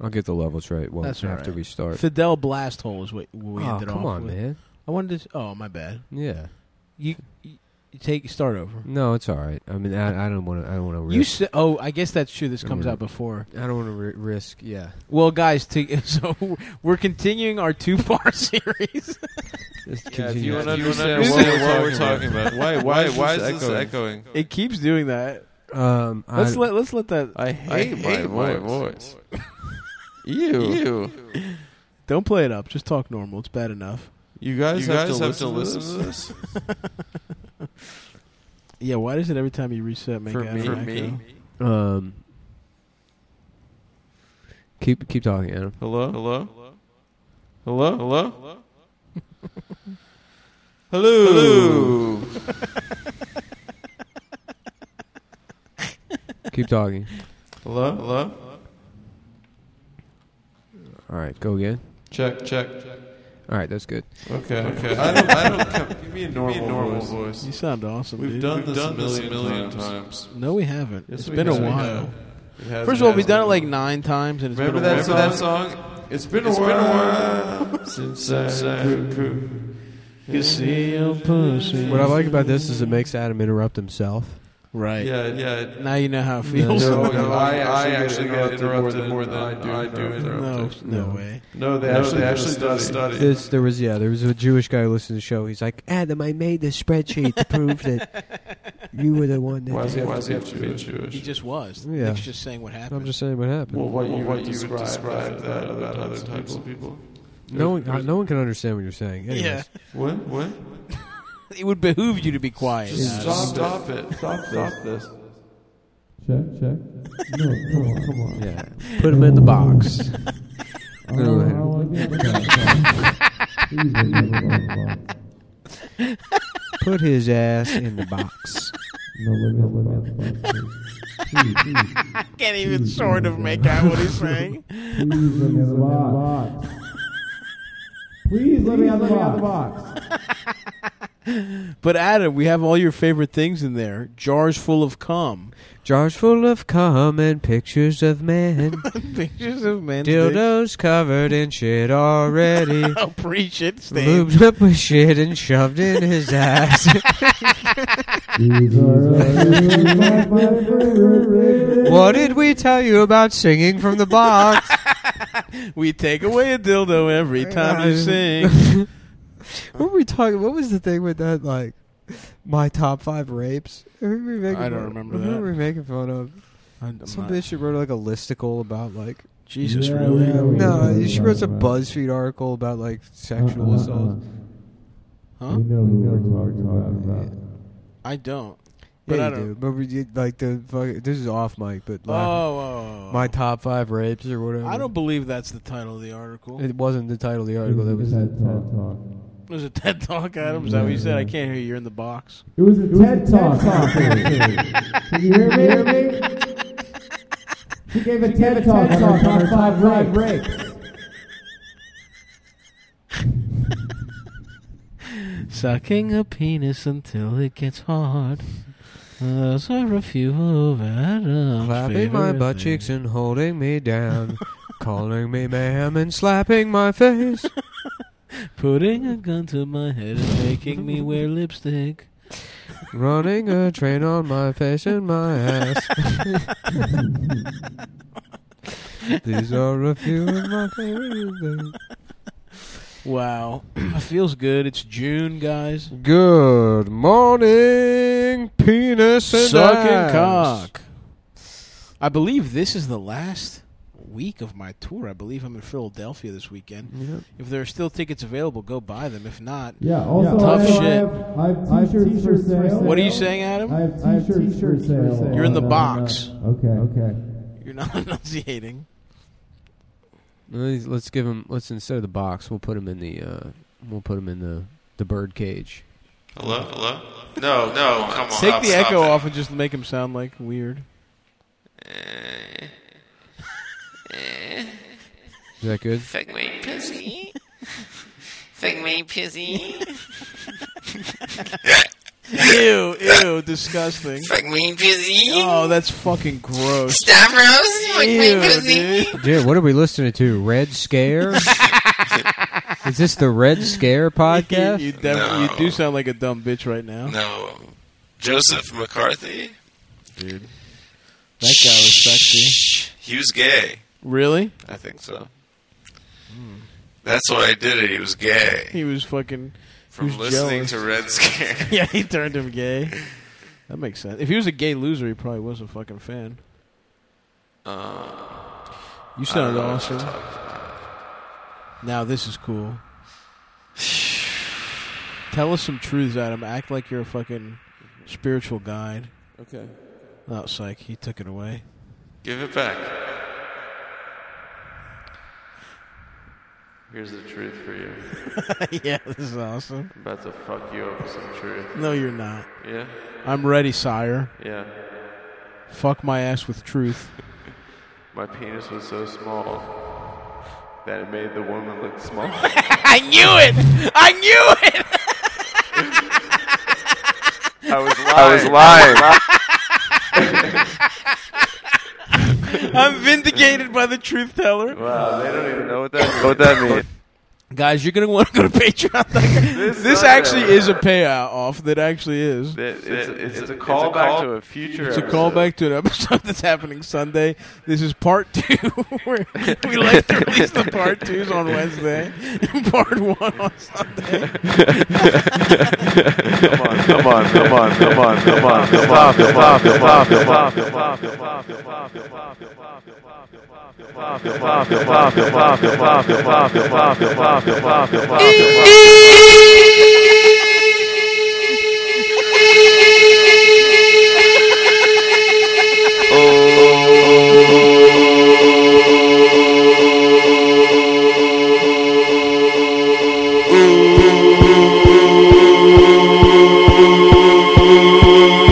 I'll get the levels right. Won't That's all have to right. restart. Fidel Blasthole is what we oh, ended come off on, with. man. I wanted to. Oh, my bad. Yeah. You, you you take start over. No, it's all right. I mean, I, I don't want to. I don't want to You risk. said. Oh, I guess that's true. This I'm comes gonna- out before. I don't want to ri- risk. Yeah. Well, guys, to, so we're continuing our two-part series. Just Yeah, if you continue. want to You understand understand what, what we're what we're talking about, Why- why is why is this this echoing? it keeps doing that. um, I, Let's let let's let that. I I hate my, my voice. Ew. Don't play it up. Just talk normal. It's bad enough. You You guys, guys, have, to, listen to this. Yeah. Why does it every time you reset make For it me- For automatic, me? though? um, keep keep talking, Adam. Hello? Hello? Hello? Hello? Hello? Hello. Keep talking. Hello? Hello? All right, go again. Check, check, check. All right, that's good. Okay, okay. I don't, I don't come. Give me a normal, voice. You sound awesome, dude. We've done, this, a million, times. No, we haven't. Yes, it's we been a have. while. It has- First of all, it we've has done it been like a nine times, and it's Remember been a that while. song? That song? It's been a while, since I poo-poo. You see your pussy. What I like about this is it makes Adam interrupt himself. Right. Yeah, yeah. Now you know how it feels. No, No, no, no, I, I I actually actually get get interrupted more than I do No, interrupted. no, No. way. No, they No, actually, they actually they actually done a study. This, there was yeah, there was a Jewish guy who listened to the show. He's like, Adam, I made this spreadsheet to prove that you were the one that. Why does he did have to be He Jewish? just was. Yeah. Nick's just saying what it." happened. I'm just saying what happened. Well, what you would describe that about other types of people? no one, uh, no one can understand what you're saying. Anyways, yeah. What? What? It would behoove you to be quiet. Just Adam. stop, stop it. Stop, stop this. yeah. Put him in the box. I'm gonna- Put his ass in the box. I can't even sort of make out what he's saying. Please let me out of the box. But Adam, we have all your favorite things in there. Jars full of cum. Jars full of cum and pictures of men. Pictures of men. Dildos covered in shit already. Oh, preach it, Steve. Lubed up with shit and shoved in his ass. These are my favorite what did we tell you about singing from the box? We take away a dildo every time you sing. what were we talking? What was the thing with that? Like my top five rapes. Who were we making I don't fun- remember who that. were we making fun of? I'm not- Some bitch she wrote like a listicle about like Jesus, Yeah, really? yeah, we- no, she wrote a BuzzFeed article about like Uh, sexual assault. Huh? We know who we're talking about. I don't. Yeah, But I you don't- do. But we did like the fuck, this is off mic, but Oh, like, oh, oh. my top five rapes or whatever. I don't believe that's the title of the article. It wasn't the title of the article. That was a TED talk. There's a TED Talk, Adam. Is that what you said? I can't hear you. You're in the box. It was a TED talk. Can you hear me? She gave a TED talk on her top five breaks. Sucking a penis until it gets hard. Those are a few of Adam's clapping my butt cheeks and holding me down, calling me ma'am and slapping my face. Putting a gun to my head and making me wear lipstick. Running a train on my face and my ass. These are a few of my favorite things. Wow. it feels good. It's June, guys. Good morning, penis and Sucking ass. cock. I believe this is the last week of my tour. I believe I'm in Philadelphia this weekend. Yep. If there are still tickets available, go buy them. If not, Yeah, also Tough I, shit. have, I have t-shirts, for sale. what are you saying, Adam? I have, t-shirts, for sale. You're in the on, uh, box. Okay, okay. You're not enunciating. Let's let's give him. Let's instead of the box, we'll put him in the. Uh, we'll put him in the the bird cage. Hello? Hello? No, no, come on. Take the stop echo it. off and just make him sound like weird. Is that good? Fuck my pussy. Fuck my pussy. ew, ew, disgusting. Fuck me, pussy. Oh, that's fucking gross. Stop, Rose. Fuck me, Ew, pussy. dude. Dude, what are we listening to? Red Scare? Is this the Red Scare podcast? You, def- No. you do sound like a dumb bitch right now. No. um, Joseph McCarthy? Dude. That guy was sexy. He was gay. Really? I think so. That's why I did it. He was gay. He was fucking. From was listening jealous. to Red Scare. Yeah, he turned him gay. That makes sense. If he was a gay loser, he probably was a fucking fan. Uh, you sounded awesome. Now this is cool. Tell us some truths, Adam. Act like you're a fucking spiritual guide. Okay. Oh, psych. He took it away. Give it back. Here's the truth for you. yeah, this is awesome. I'm about to fuck you up with some truth. No, you're not. Yeah? I'm ready, sire. Yeah. Fuck my ass with truth. My penis was so small that it made the woman look small. I knew it. I knew it. I was lying. I was lying. I'm vindicated by the truth teller. wow, they don't even know what that means. What that means. Guys, you're gonna want to go to Patreon. This, this actually is a payout off. That actually is. It's, it's, it's a callback to a future It's a callback to an episode that's happening Sunday. This is part two. We're- we like to release the part twos on Wednesday and part one on Sunday. Come on, come on, come on, come on, come on, come on, come on, come on, come on, come on, come on, come on, come on.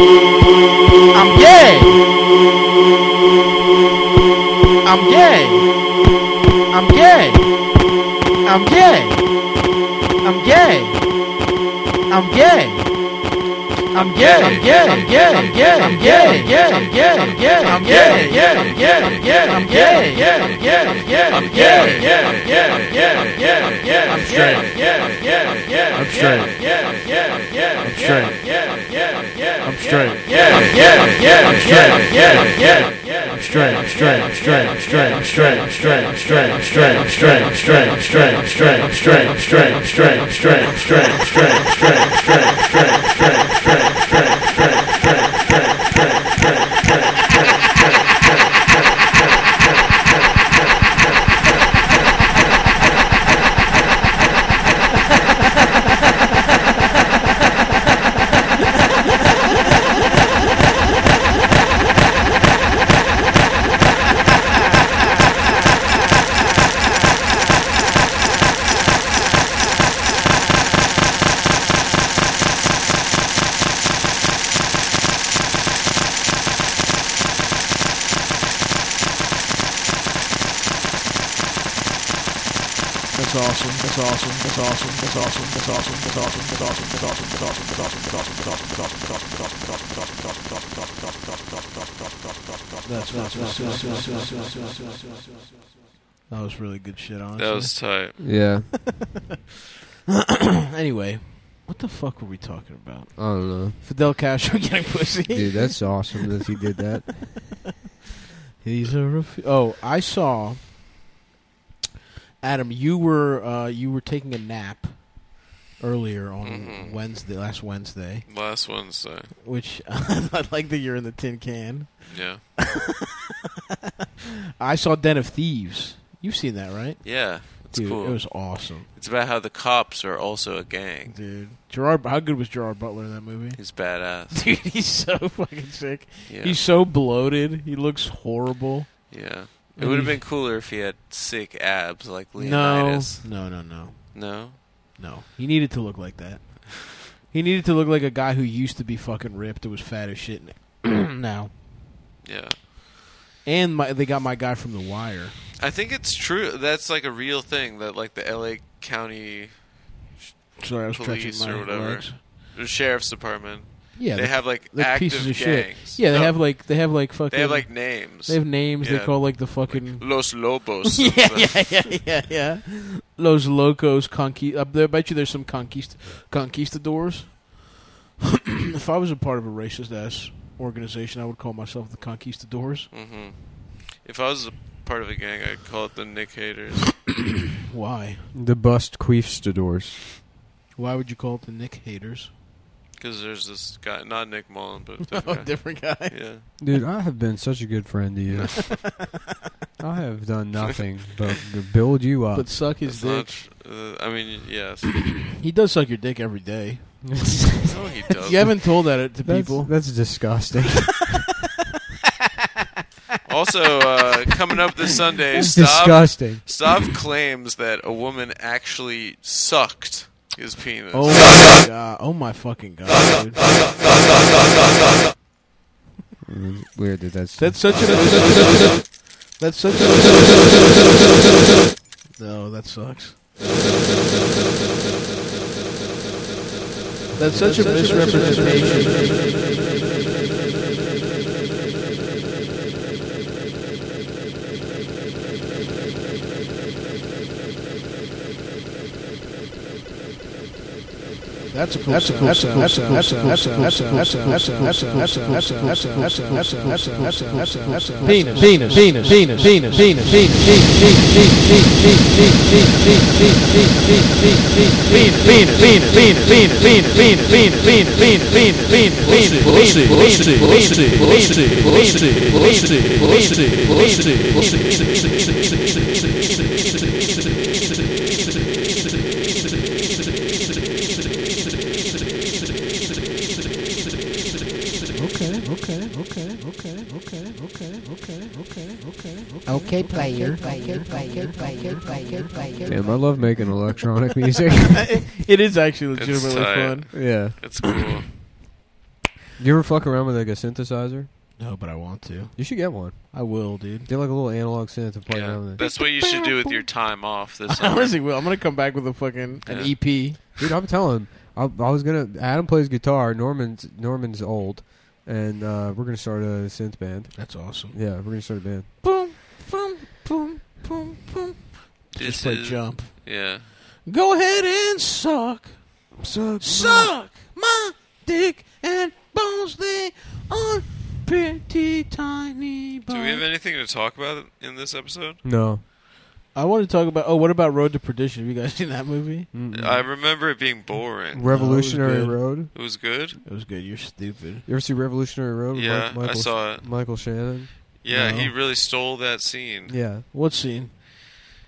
I'm gay. I'm gay. I'm gay. I'm gay. I'm gay. I'm gay. I'm gay. I'm gay. I'm gay. I'm gay. I'm gay. I'm gay. I'm gay. I'm gay. I'm gay. Yeah. I'm gay. I'm gay. I'm gay. Yeah. I'm gay. I'm gay. I'm gay. Yeah. I'm gay. I'm gay. I'm gay. I'm gay. I'm straight. I'm gay. I'm gay. I'm gay. I'm straight. I'm gay. I'm gay. I'm gay. I'm straight. I'm gay. I'm gay. I'm gay. I'm straight. Yeah. I'm gay. I'm gay. I'm gay. I'm gay. I'm gay. I'm straight. I'm straight. I'm straight. I'm straight. I'm straight. I'm straight. I'm straight. I'm straight. I'm straight. I'm straight. I'm straight. I'm straight. I'm straight. I'm straight. I'm straight. I'm straight. I'm straight. I'm straight. I'm straight. I'm straight. I'm straight. I'm straight. I'm straight. That's awesome. That's awesome. That's awesome. That's awesome. That's awesome. That's awesome. That's awesome. That's awesome. That's awesome. That's awesome. That's awesome. That's awesome. That's awesome. That's awesome. That's awesome. That's awesome. That's awesome. That's awesome. That's awesome. That's awesome. That's awesome. That's That was really good shit, honestly. That was tight. Yeah, anyway, what the fuck were we talking about? I don't know, Fidel Castro getting pussy. dude. That's awesome that he did that. He's a refu- oh, I saw. Adam, you were uh, you were taking a nap earlier on Mhm. Wednesday, last Wednesday, Last Wednesday. which I like that you're in the tin can. Yeah. I saw Den of Thieves. You've seen that, right? Yeah. It's Dude, cool. it was awesome, it's about how the cops are also a gang. dude. Gerard, how good was Gerard Butler in that movie? He's badass. Dude, he's so fucking sick. Yeah. He's so bloated. He looks horrible. yeah. It And would have he's- been cooler if he had sick abs like Leonidas. No, no, no, no. No. No, he needed to look like that. He needed to look like a guy who used to be fucking ripped and was fat as shit now. Yeah. And my, they got my guy from The Wire. I think it's true. That's like a real thing that like the LA County Sorry, I was Police stretching my or whatever. legs. or sheriff's department Yeah, they the- have like like active pieces of shit. gangs. Yeah, they No, have like they have like fucking they have like names. they have names. They yeah. call like the fucking Los Lobos. yeah, yeah, yeah, yeah, yeah. Los locos conqui. uh, I bet- I bet you there's some conquist conquistadors. if I was a part of a racist ass organization, I would call myself the conquistadors. hmm If I was a part of a gang, I'd call it the Nick Haters. Why? The bust queefstadors. Why would you call it the Nick haters? Because there's this guy, not Nick Mullen, but a Oh, different guy. different guy. Yeah. Dude, I have been such a good friend to you. I have done nothing but g- build you up. But suck his That's not dick. tr- uh, I mean, yes. He does suck your dick every day. No, he doesn't. You haven't told that to that's, people. that's disgusting. Also, uh, coming up this Sunday, That's Stav, disgusting. Stav claims that a woman actually sucked his penis. Oh my god! Oh my fucking god! Dude. Weird that that's That's such a. That's such a. No, that sucks. That's such a misrepresentation. That's a cool that's a cool sound. That's a cool sound. That's a cool sound. That's a cool sound. That's a cool sound. That's a cool sound. That's a cool sound. That's a cool sound. That's a cool sound. Penis. Penis. Penis. Penis. Penis. Penis. Penis. Penis. Penis. Okay, player. Okay, player. Player. Player. Player. Damn, I love making electronic music. It is actually It's legitimately fun. tight. yeah. It's cool. You ever fuck around with like a synthesizer? No, but I want to. You should get one. I will, dude. Get like a little analog synth to play around Yeah, with. that's what you should do with your time off this I summer. honestly will. I'm gonna come back with a fucking an E Yeah. EP. Dude, I'm telling. I, I was gonna. Adam plays guitar. Norman's Norman's old, and uh, we're gonna start a synth band. That's awesome. Yeah, we're gonna start a band. Boom, boom, boom, boom, boom. Just This play is- jump. Yeah. Go ahead and suck. Suck. Suck my dick and bones. They are pretty tiny. Do we have bones. anything to talk about in this episode? No, I want to talk about. Oh, what about Road to Perdition? Have you guys seen that movie? Mm-mm. I remember it being boring. Revolutionary good. Road. It was good. It was good. You're stupid. You ever see Revolutionary Road? with Mi- Yeah, I Michael, saw it. Michael Shannon. Yeah, No. he really stole that scene. Yeah, What scene?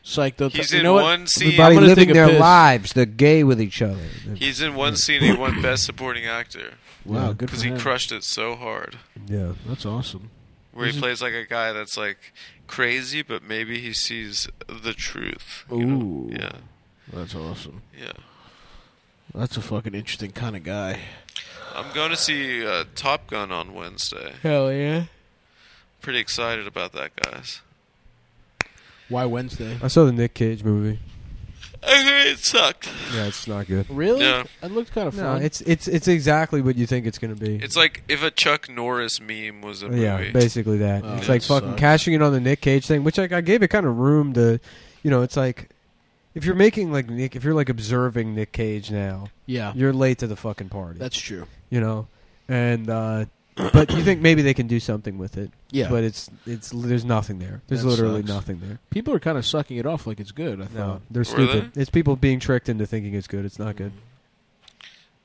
Psych. Don't He's you in know what? one scene. Everybody- I'm gonna take a piss. lives. They're gay with each other. He's in one scene. He won Best Supporting Actor Wow, Yeah. good for because he him. crushed it so hard. yeah, That's awesome. Where Is he it- plays like a guy that's like crazy, but maybe he sees the truth. you know? Ooh, Yeah, that's awesome. yeah. That's a fucking interesting kind of guy. I'm going to see uh, Top Gun on Wednesday. Hell yeah! Pretty excited about that, guys. Why Wednesday? I saw the Nick Cage movie. I heard it sucked. Yeah, it's not good. Really? Yeah. It looked kind of No, fun. it's it's it's exactly what you think it's gonna be. It's like if a Chuck Norris meme was a movie. Yeah, basically that. Oh, it's that like fucking sucks. cashing in on the Nick Cage thing, which like I gave it kind of room to, you know, it's like if you're making like Nick, if you're like observing Nick Cage now, yeah, you're late to the fucking party. that's true. you know, and uh but you think maybe they can do something with it, Yeah, but it's it's there's nothing there. There's That literally sucks. nothing there. people are kind of sucking it off like it's good. I No, thought they're Were stupid. It's people being tricked into thinking it's good. It's not good.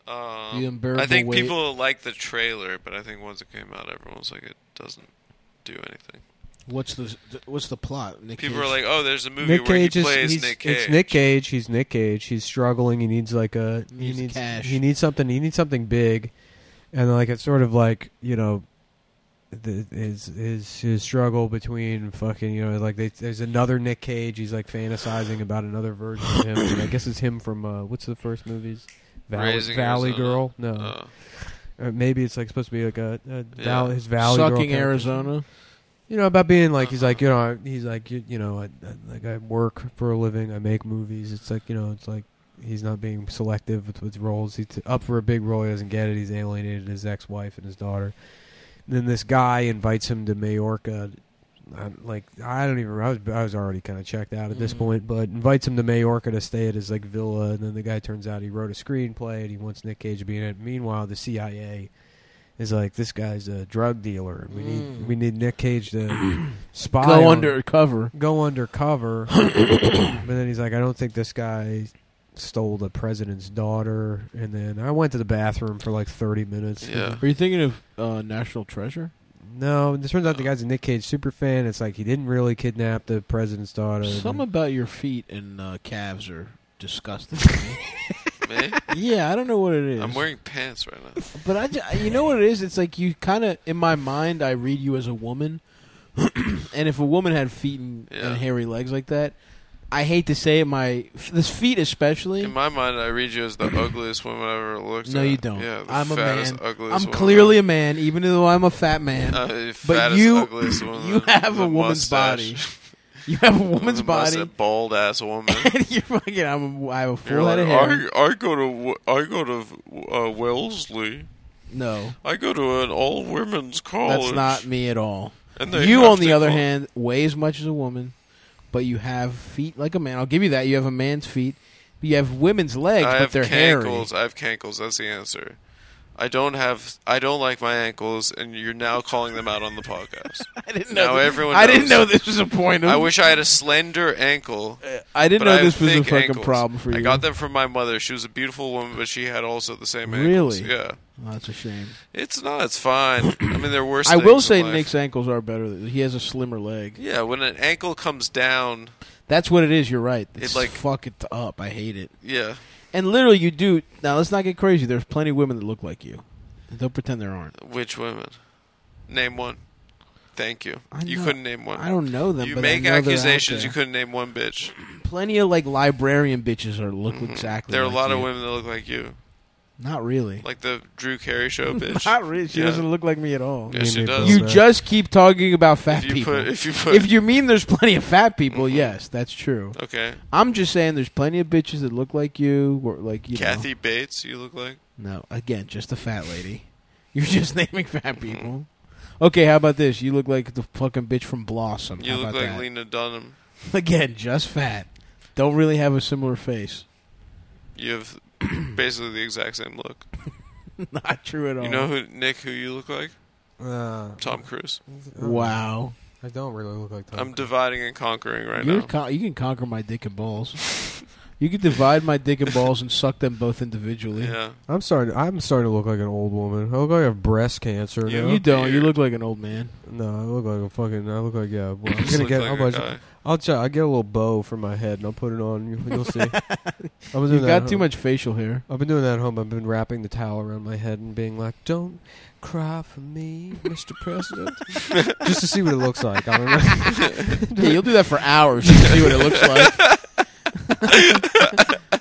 Um, The unbearable I think weight. people liked the trailer, but I think once it came out, everyone was like, it doesn't do anything. what's the th- what's the plot? Nick People Cage? are like, oh, there's a movie Nick where Cage he is plays he's, Nick Cage. It's Nick Cage. He's Nick Cage. He's struggling. He needs like a he Needs needs cash. he needs something. He needs something big, and like it's sort of like you know. The, his his his struggle between fucking you know like they, there's another Nick Cage he's like fantasizing about another version of him and I guess it's him from uh, what's the first movies Valley, Raising Valley Arizona. Girl no Uh, or maybe it's like supposed to be like a, a Yeah. Valley his Valley Girl sucking character. Arizona. You know about being like he's like you know he's like you, you know I, I, like I work for a living I make movies it's like you know it's like he's not being selective with, with roles. He's up for a big role, he doesn't get it. He's alienated his ex wife and his daughter. And then this guy invites him to Majorca. I, like I don't even. I was I was already kind of checked out at this Mhm. point, but invites him to Majorca to stay at his like villa, and then the guy turns out he wrote a screenplay and he wants Nick Cage to be in it. Meanwhile, the CIA is like this guy's a drug dealer, and we Mm. need we need Nick Cage to spy Go on- undercover. go undercover. but then he's like, I don't think this guy stole the president's daughter. And then I went to the bathroom for like 30 minutes. Yeah. Are you thinking of uh, National Treasure? No, it turns out the guy's a Nick Cage super fan. It's like he didn't really kidnap the president's daughter. Some about your feet and uh, calves are disgusting. to me. Me? yeah, I don't know what it is. I'm wearing pants right now. But I, ju- you know what it is? It's like you kind of, in my mind, I read you as a woman. and if a woman had feet and, Yeah. and hairy legs like that, I hate to say it, my f- this feet especially. In my mind, I read you as the ugliest woman I've ever looked No, at. you don't. Yeah, the I'm a fattest, man. ugliest I'm woman clearly a man, even though I'm a fat man. I've- uh, but fattest, you- ugliest woman. you have a with woman's body. mustache. you have a woman's With a mustache, body, Bald ass woman. and you're fucking. I'm a, I have a full You're head like, of hair. I, I go to w- I go to uh, Wellesley. No, I go to an all women's college. that's not me at all. Oh, And they You, have on the to other call- hand, weigh as much as a woman, but you have feet like a man. I'll give you that. You have a man's feet. But you have women's legs, I but have they're hairy. cankles. I have cankles. That's the answer. I don't have. I don't like my ankles, and you're now calling them out on the podcast. I didn't Now thi- everyone I didn't knows. know this was a point. Of, I wish I had a slender ankle. I didn't but I know have this was a thick fucking ankles. problem for you. I got them from my mother. She was a beautiful woman, but she had also the same ankles. Really? Yeah. Oh, that's a shame. It's not. It's fine. I mean, there are worse. I will things in say life. Nick's ankles are better. He has a slimmer leg. Yeah, when an ankle comes down, That's what it is. You're right. It's like- like fuck it up. I hate it. yeah, And literally, you do. Now let's not get crazy. There's plenty of women that look like you. Don't pretend there aren't. which women? Name one. Thank you. I You know- couldn't name one. I don't know them. You but I make know they're out accusations. You there. couldn't name one bitch. Mm-hmm. Plenty of like librarian bitches are look exactly. There are a like lot of you. women that look like you, Not really. like the Drew Carey show bitch. Not really. She Yeah. doesn't look like me at all. Yes, she Maybe does. both You are. just keep talking about fat if you people. put, if you put, Mm-hmm. if you mean there's plenty of fat people, yes, that's true. okay, I'm just saying there's plenty of bitches that look like you, or like you. know. Kathy Bates, you look like No, again, just a fat lady. You're just naming Mm-hmm. fat people. Okay, how about this? You look like the fucking bitch from Blossom. you how look about like that? Lena Dunham. Again, just fat. Don't really have a similar face. You have basically the exact same look. Not true at all. You know who Nick? Who you look like? Uh, Tom Cruise. wow. I don't really look like Tom. I'm dividing and conquering right You're now. con- you can conquer my dick and balls. you can divide my dick and balls and suck them both individually. yeah, I'm starting. I'm starting to look like an old woman. I look like I have breast cancer. You- now. You don't. You Weird. look like an old man. no, I look like a fucking. I look like yeah. Well, I'm Just gonna look get. like how a much- guy. I'll try. I'll get a little bow for my head and I'll put it on. You, you'll see. I've been You've doing that at got too home. much facial hair. I've been doing that at home. I've been wrapping the towel around my head and being like, "Don't cry for me, Mr. President," just to see what it looks like. I don't know. Yeah, you'll do that for hours just to see what it looks like.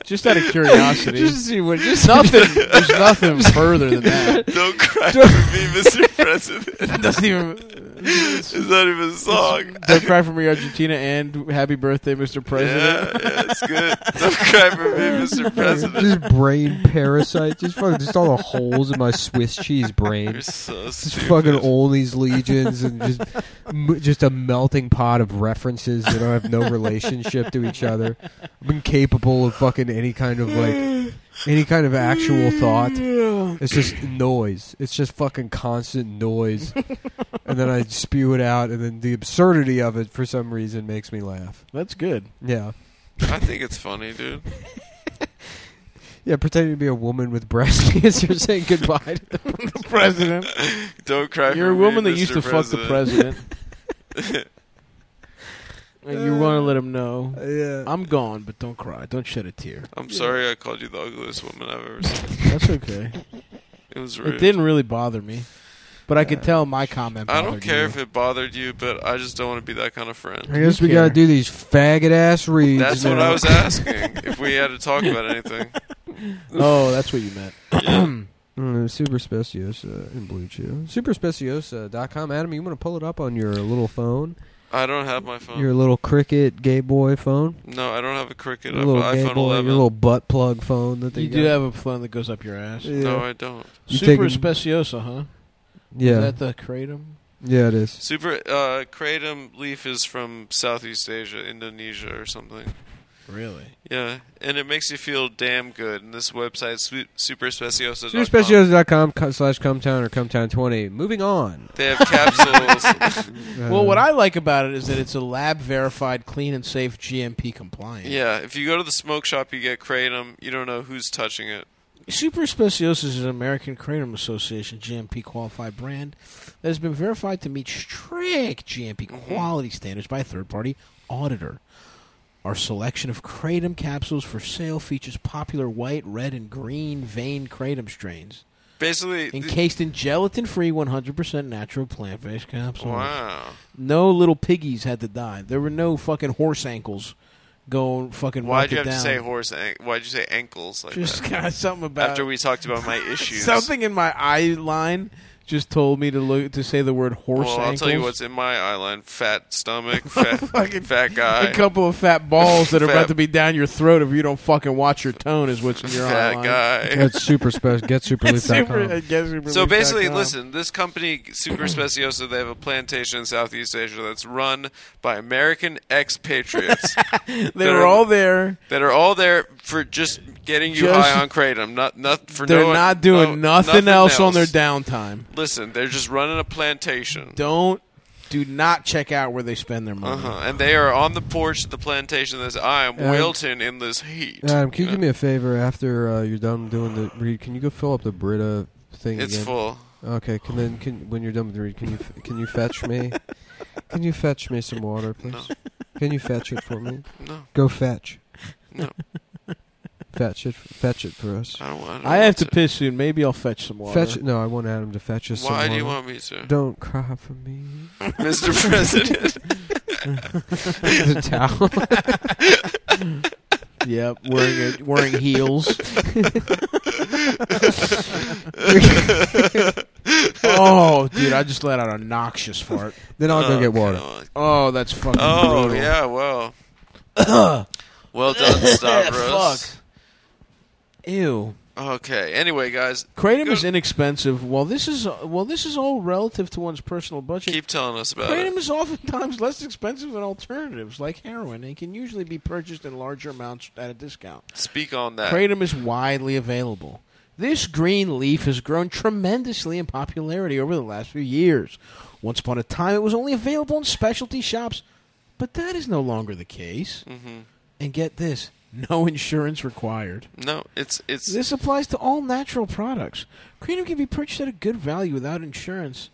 just out of curiosity. just to see what. Just nothing. There's nothing further than that. Don't cry for me, Mr. President. That doesn't even. It's not even a song. Don't cry for me, Argentina, and Happy Birthday, Mr. President. Yeah, yeah, it's good. Don't cry for me, Mr. President. Just brain parasite. Just fucking. Just all the holes in my Swiss cheese brain. You're so Just stupid. fucking all these legions and just m- just a melting pot of references that don't have no relationship to each other. I'm incapable of fucking any kind of like any kind of actual thought. It's just noise. It's just fucking constant noise. and then I spew it out and then the absurdity of it for some reason makes me laugh. That's good. Yeah. I think it's funny, dude. Yeah, pretending to be a woman with breast cancer saying goodbye to the President. Don't cry for You're a me, woman that Mr. used to fuck the President. president. and you want to let him know. Yeah. I'm gone, but don't cry. Don't shed a tear. I'm sorry I called you the ugliest woman I've ever seen. That's okay. It was rude. It didn't really bother me. But I could tell my comment I bothered don't care you. if it bothered you, but I just don't want to be that kind of friend. I guess we You gotta care. do these faggot ass reads. That's what now. I was asking. if we had to talk about anything, Oh, that's what you meant. yeah. Uh, Super Speciosa in Blue Chew. Superspeciosa.com. Adam, you want to pull it up on your little phone? I don't have my phone. Your little cricket gay boy phone. no, I don't have a Cricket. Your I have little an gay iPhone boy. 11. Your little butt plug phone that they You got. do have a phone that goes up your ass. Yeah. No, I don't. You Super taking- Espaciosa, huh? yeah. Is that the kratom? yeah, it is. Super uh, kratom leaf is from Southeast Asia, Indonesia, or something. Really? Yeah, and it makes you feel damn good. And this website, su- superspeciosa.com, Superspecios.com co- slash Cumtown or Cumtown20. Moving on. they have capsules. Uh, Well, what I like about it is that it's a lab verified, clean, and safe GMP compliant. yeah, if you go to the smoke shop, you get kratom. You don't know who's touching it. Super Speciosis is an American Kratom Association GMP qualified brand that has been verified to meet strict GMP Mm-hmm. quality standards by a third party auditor. Our selection of Kratom capsules for sale features popular white, red, and green vein Kratom strains, Basically, the- encased in gelatin free 100% natural plant based capsules. wow. No little piggies had to die. There were no fucking horse ankles going fucking Why'd walking you have to down. say horse? An- why'd you say ankles like Just that? got something about After we talked about my issues. Something in my eye line just told me to look to say the word horse Well, I'll ankles. tell you what's in my eyeline: fat stomach, fat, fat a guy, couple of fat balls that are Fat- about to be down your throat if you don't fucking watch your tone is what's in your eye fat line. guy. That's super special. Get It's super- uh, superleaf.com. I guess super So leaf basically, dot com. listen, this company, Super Speciosa, they have a plantation in Southeast Asia that's run by American expatriates they were all there. that are all there for just getting you Just- high on kratom. Not, not for They're no- not doing no- nothing, else, on their downtime. Listen, they're just running a plantation. Don't do not check out where they spend their money. Uh-huh. And they are on the porch of the plantation that says, I am Um, Wilton in this heat. Adam, can you Yeah. do me a favor after uh, you're done doing the read? Can you go fill up the Brita thing It's again? full. Okay, can then can when you're done with the read, can you f- can you fetch me? Can you fetch me some water, please? No. Can you fetch it for me? No, Go fetch. No. Fetch it. Fetch it for us. I don't want I have to piss soon. Maybe I'll fetch some water. Fetch it. No, I want Adam to fetch us. some Why do you water. want me to? Don't cry for me. Mr. President. the towel. Yep, wearing a, wearing heels. oh, dude, I just let out a noxious fart. then I'll go Oh, get water. God. Oh, that's fucking Oh brutal. yeah, well. well done, Stavros. Ew. Okay. Anyway, guys, Kratom Go- is inexpensive. Well, this is uh, well, this is all relative to one's personal budget. keep uh, telling us about Kratom it. is oftentimes less expensive than alternatives like heroin and can usually be purchased in larger amounts at a discount. Speak on that. Kratom is widely available. This green leaf has grown tremendously in popularity over the last few years. Once upon a time, it was only available in specialty shops, but that is no longer the case. Mhm. And get this no insurance required. No, it's it's This applies to all natural products. Kratom can be purchased at a good value without insurance.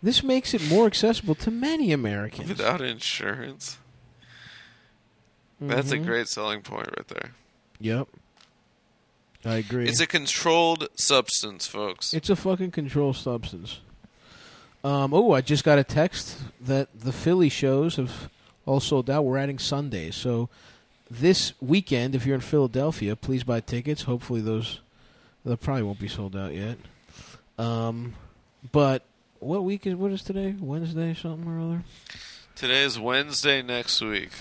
This makes it more accessible to many Americans. without insurance. That's a Mhm. great selling point right there. Yep. I agree. It's a controlled substance, folks. It's a fucking control substance. Um, oh, I just got a text that the Philly shows have all sold out. We're adding Sundays, so this weekend, if you're in Philadelphia, please buy tickets. Hopefully, those they probably won't be sold out yet. Um, but what week is what is today? Wednesday, something or other. Today is Wednesday next week.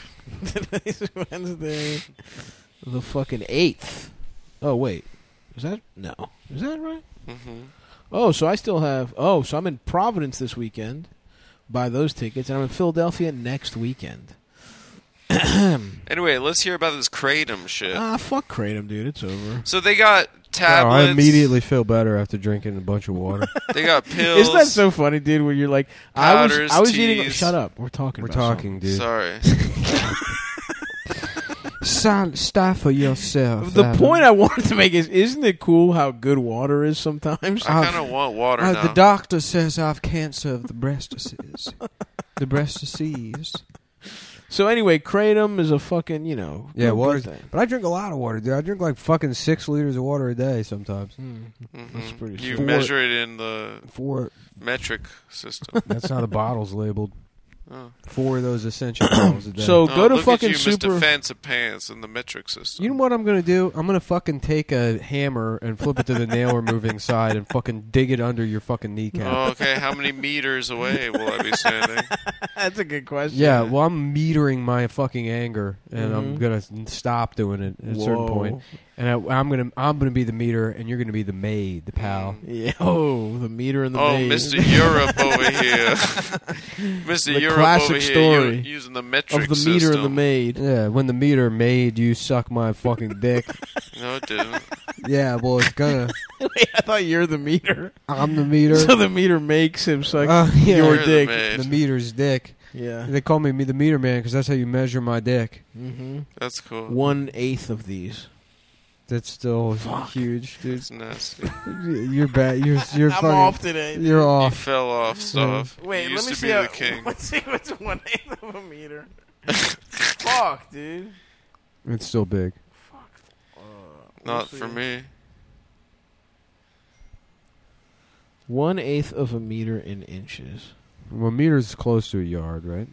Today's Wednesday, the fucking eighth. Oh wait, is that no? Is that right? hmm Oh, so I still have. Oh, so I'm in Providence this weekend. Buy those tickets, and I'm in Philadelphia next weekend. Anyway, let's hear about this kratom shit. Ah, fuck kratom, dude. It's over. so they oh, got Wow, tablets. Oh, I immediately feel better after drinking a bunch of water. They got pills. Isn't that so funny, dude? When you're like, I was, Powders, I was eating. teas. Shut up. We're talking. We're about talking, something. dude. Sorry. Son, stop for yourself. The point I wanted to make is, isn't it cool how good water is sometimes? I I've- kind of want water uh, now. Uh, the doctor says I've cancer of the breast disease. the breast disease. So anyway, kratom is a fucking you know Yeah, real water's- good thing. But I drink a lot of water, dude. I drink like fucking six liters of water a day sometimes. Mhm. That's pretty You sweet. measure it in the Four. metric system. That's how the bottle's labeled. Oh. Four of those essential calls a day. So Oh, go to look fucking at you, super. Mr. Fancy Pants in the metric system. You know what I'm gonna do? I'm gonna fucking take a hammer and flip it to the nail removing side and fucking dig it under your fucking kneecap. Oh, okay, how many meters away will I be standing? That's a good question. yeah, well, I'm metering my fucking anger, and I'm Mhm. gonna Mm-hmm. s- stop doing it at a certain Whoa. point. And I, I'm gonna I'm gonna be the meter, and you're gonna be the maid, the pal. Mm. Yeah. Oh, the meter and the Oh, maid. Mr. Europe over here. Mr. The Europe classic over here story u- using the metric of the system. meter and the maid. Yeah, when the meter made you suck my fucking dick. No, it didn't. yeah, well, it's gonna. Wait, I thought you're the meter. I'm the meter. So the meter makes him suck Uh, yeah. your You're the dick. maid. the meter's dick. yeah. They call me me the meter man because that's how you measure my dick. Mm-hmm. That's cool. One eighth of these. That's still Fuck. huge, dude. It's nasty. You're bad. You're you're I'm fucking. off today. You're You off. fell off, stuff. Mm-hmm. Wait, you let used me to see. be how- the king. Let's see what's one eighth of a meter. Fuck, dude. It's still big. Fuck. Uh, Not we'll for see. me. One eighth of a meter in inches. Well, meter's close to a yard, right?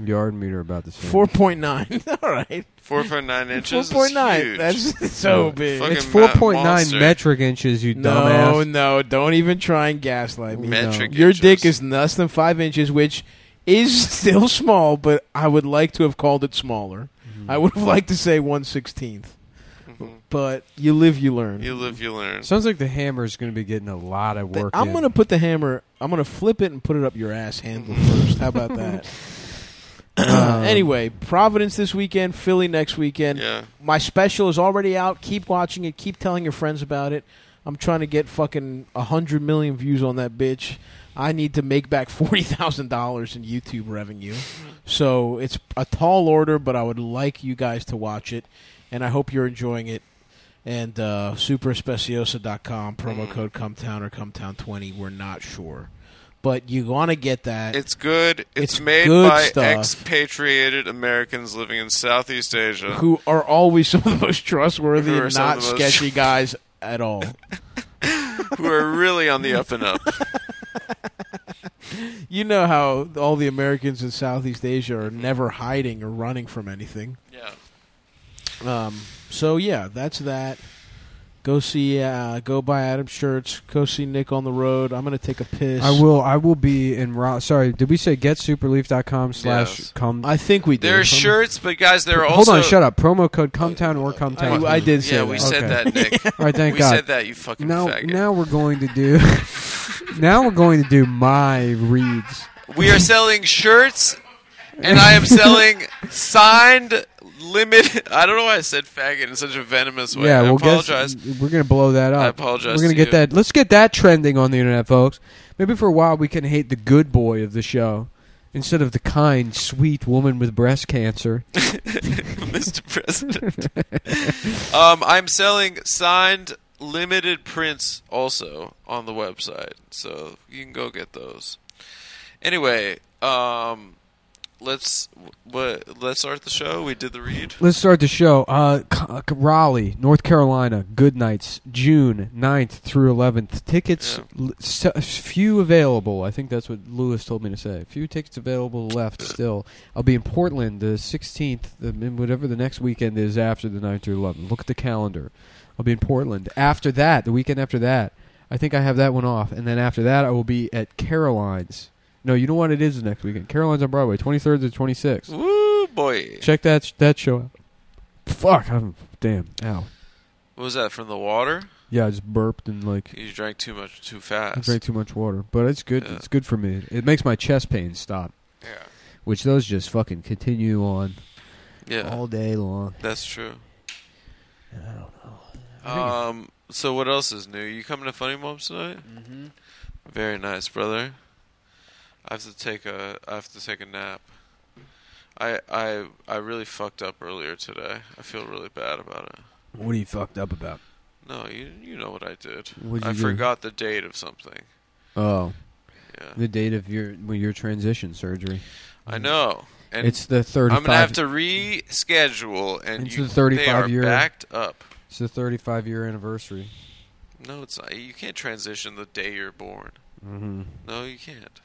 Yard meter about the same. Four point nine. All right. Four point nine inches. Four point Is nine. huge. That's so Yeah. big. Fuck It's fucking four ma- point nine monster. metric inches. You No, dumbass. no, don't even try and gaslight me. metric. Your inches. dick is less than five inches, which is still small, but I would like to have called it smaller. I would have liked to say one sixteenth, Mhm. but you live, you learn. You live, you learn. Sounds like the hammer's going to be getting a lot of Th- work. I'm in. gonna put the hammer. I'm gonna flip it and put it up your ass handle first. How about that? Uh, Um, anyway, Providence this weekend, Philly next weekend. yeah. My special is already out. Keep watching it. Keep telling your friends about it. I'm trying to get fucking a hundred million views on that bitch. I need to make back forty thousand dollars in YouTube revenue. So it's a tall order, but I would like you guys to watch it, and I hope you're enjoying it. And uh, superespeciosa.com promo Mm-hmm. code Cometown or Cometown20. We're not sure, but you want to get that. It's good. It's, It's made good by stuff. expatriated Americans living in Southeast Asia. who are always some of the most trustworthy Who are and some of not the most sketchy tr- guys at all. who are really on the up and up. You know how all the Americans in Southeast Asia are never hiding or running from anything. Yeah. Um, so yeah, that's that. Go see, uh, go buy Adam shirts. Go see Nick on the road. I'm gonna take a piss. I will. I will be in. Ro- Sorry, did we say getsuperleaf.com slash Yes. come? I think we did. There are shirts, but guys, there are Hold also. on, shut up. Promo code Cometown or I, Cometown. I did say Yeah, that. we Okay. said that, Nick. All right, thank we God. said that, you fucking now, faggot. now we're going to do. now we're going to do my reads. We are selling shirts, and I am selling signed limited. I don't know why I said faggot in such a venomous way. yeah, I well, guess apologize. we're going to blow that up. I apologize We're gonna to get you. that. Let's get that trending on the internet, folks. Maybe for a while we can hate the good boy of the show instead of the kind, sweet woman with breast cancer. Mr. President. um, I'm selling signed limited prints also on the website, so you can go get those. Anyway, um, let's what, let's start the show. We did the read. Let's start the show. Uh, C- C- Raleigh, North Carolina, good nights, June 9th through 11th. Tickets, l- se- few available. I think that's what Lewis told me to say. Few tickets available left still. I'll be in Portland the 16th, the, and whatever the next weekend is after the 9th through 11th. Look at the calendar. I'll be in Portland. After that, the weekend after that, I think I have that one off. And then after that, I will be at Caroline's. No, you know what it is the next weekend? Caroline's on Broadway, 23rd to 26th. Woo boy! Check that that show out. Fuck, I'm damn. Ow. What was that from the water? Yeah, I just burped and like You drank too much, too I fast. drank too much water, but it's good. Yeah. It's good for me. It makes my chest pain stop, Yeah, which those just fucking continue on yeah, all day long. that's true. I don't know. Um, so what else is new? You coming to Funny Moms tonight? Mm-hmm. Very nice, brother. I have to take a I have to take a nap. I I I really fucked up earlier today. I feel really bad about it. What are you fucked up about? No, you you know what I did. What'd I you do? forgot the date of something. Oh, Yeah. the date of your when your transition surgery. I know. And it's the 35 I'm going to have to reschedule and It's you, the 35 they are year- backed up. It's the 35 year anniversary. No, it's not. You can't transition the day you're born. Mm-hmm. No, you can't.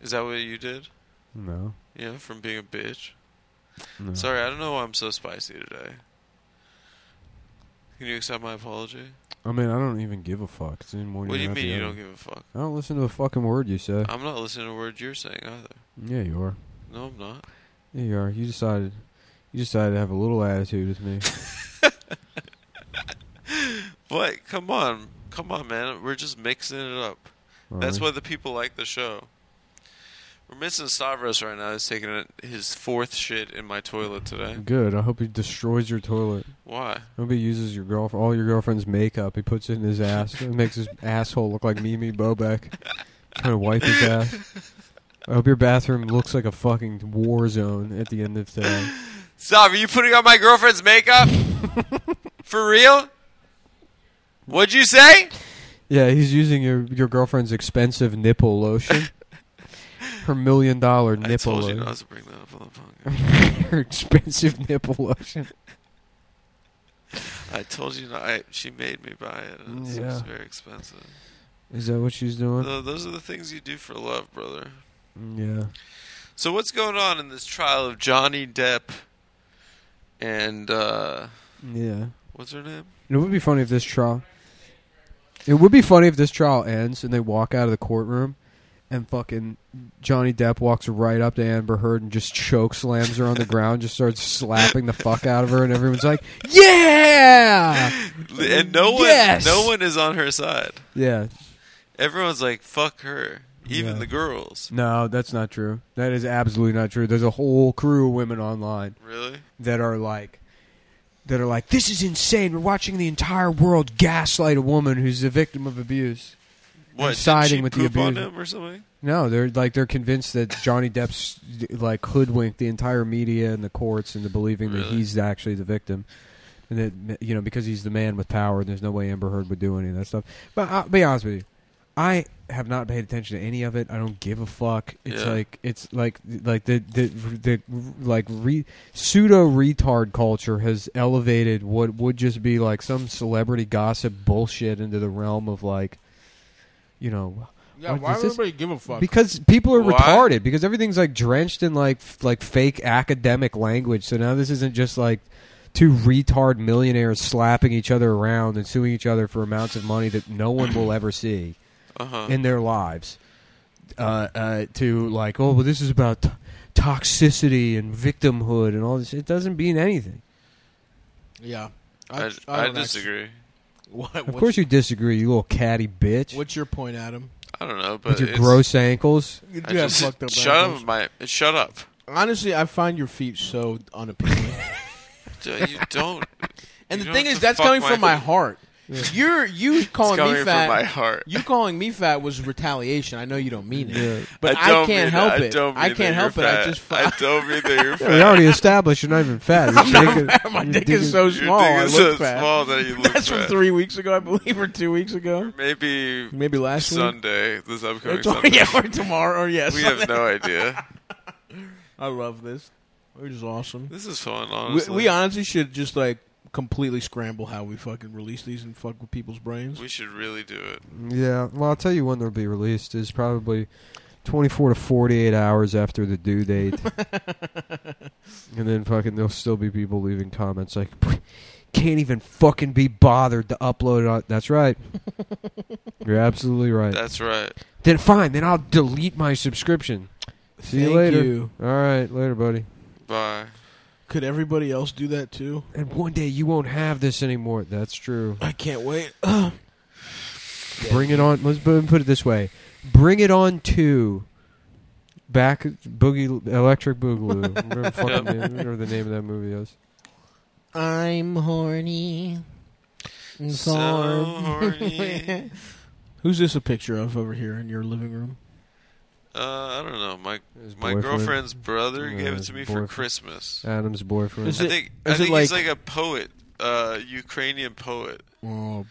Is that what you did? No. Yeah, from being a bitch. no. Sorry, I don't know why I'm so spicy today. Can you accept my apology? I mean, I don't even give a fuck. It's in one what do ear you and out mean the you other. don't Uh. give a fuck? I don't listen to a fucking word you say. I'm not listening to a word you're saying either. yeah, you are. No, I'm not. Yeah, you are. You decided. You decided to have a little attitude with me. What? Come on. Come on, man. We're just mixing it up. That's why Alright. the people like the show. We're missing Stavros right now. He's taking a- his fourth shit in my toilet today. Good. I hope he destroys your toilet. Why? I hope he uses your girlfriend, all your girlfriend's makeup. He puts it in his ass and makes his asshole look like Mimi Bobek. Trying to wipe his ass. I hope your bathroom looks like a fucking war zone at the end of today. Stav, are you putting on my girlfriend's makeup? For real? What'd you say? Yeah, he's using your your girlfriend's expensive nipple lotion. Her million dollar nipple I told you lotion. not to bring that up on the podcast. Her expensive nipple lotion. I told you not. I, she made me buy it. and It's, it's Yeah. very expensive. Is that what she's doing? Tho- those are the things you do for love, brother. yeah. So what's going on in this trial of Johnny Depp and uh, Yeah. what's her name? It would be funny if this trial. It would be funny if this trial ends and they walk out of the courtroom, and fucking Johnny Depp walks right up to Amber Heard and just choke slams her on the ground, just starts slapping the fuck out of her, and everyone's like, "Yeah, And no one, Yes! no one is on her side. yeah." Everyone's like, "Fuck her," even Yeah. the girls. No, that's not true. That is absolutely not true. There's a whole crew of women online Really? that are like, that are like, "This is insane. We're watching the entire world gaslight a woman who's a victim of abuse." What? did siding she with the poop on abuser. him or something? No, they're like they're convinced that Johnny Depp's like hoodwinked the entire media and the courts into believing that Really? he's actually the victim, and that you know because he's the man with power, there's no way Amber Heard would do any of that stuff. But I'll be honest with you, I have not paid attention to any of it. I don't give a fuck. It's Yeah. like it's like like the the, the like re, pseudo retard culture has elevated what would just be like some celebrity gossip bullshit into the realm of like, you know, Yeah, What why is would this? everybody give a fuck? because people are Why? retarded. Because everything's like drenched in like f- like fake academic language. So now this isn't just like two retard millionaires slapping each other around and suing each other for amounts of money that no one will ever see Uh huh. in their lives. Uh, uh, to like, oh, well, this is about t- toxicity and victimhood and all this. It doesn't mean anything. yeah, I, don't I, actually- disagree. What, Of course, you disagree, you little catty bitch. What's your point, Adam? I don't know, but with your it's- gross ankles. You I just- shut up, my shut up. Honestly, I find your feet so unappealing. D- You don't. and You the don't thing have is, to that's fuck coming from my feet. heart. You're you calling coming me from fat. my heart. You calling me fat was retaliation. I know you don't mean it, but I, don't I can't mean help that. I it. don't mean I that can't you're help it. I fat. just I fi- don't mean that you're We fat. already established you're not even fat. Your dick is- my your dick is so Your small. dick I is look so fat. small that you look That's from fat. three weeks ago, I believe, or two weeks ago, Maybe maybe last week. Sunday, this Or upcoming tomorrow, Sunday. yeah, or tomorrow, or yes. We have no idea. I love this. Which is awesome. This is fun, We, honestly. we honestly should just like completely scramble how we fucking release these and fuck with people's brains. We should really do it. Yeah, well, I'll tell you when they'll be released is probably 24 to 48 hours after the due date. and then fucking there'll still be people leaving comments like can't even fucking be bothered to upload it. On. That's right. You're absolutely right. That's right. then fine, then I'll delete my subscription. See you Thank later. you. All right, later, buddy. Bye. Could everybody else do that too? And one day you won't have this anymore. That's true. I can't wait. Bring it on. Let's put put it this way: bring it on to back boogie electric boogaloo. Whatever the fucking Yep. name- whatever the name of that movie is. I'm horny. I'm So horny. Who's this a picture of over here in your living room? Uh, I don't know. My His my boyfriend. girlfriend's brother Yeah, gave it his to me for boyfriend. Christmas. Adam's boyfriend. Is I it- think I is it think he's like- like a poet, uh, Ukrainian poet, Oh,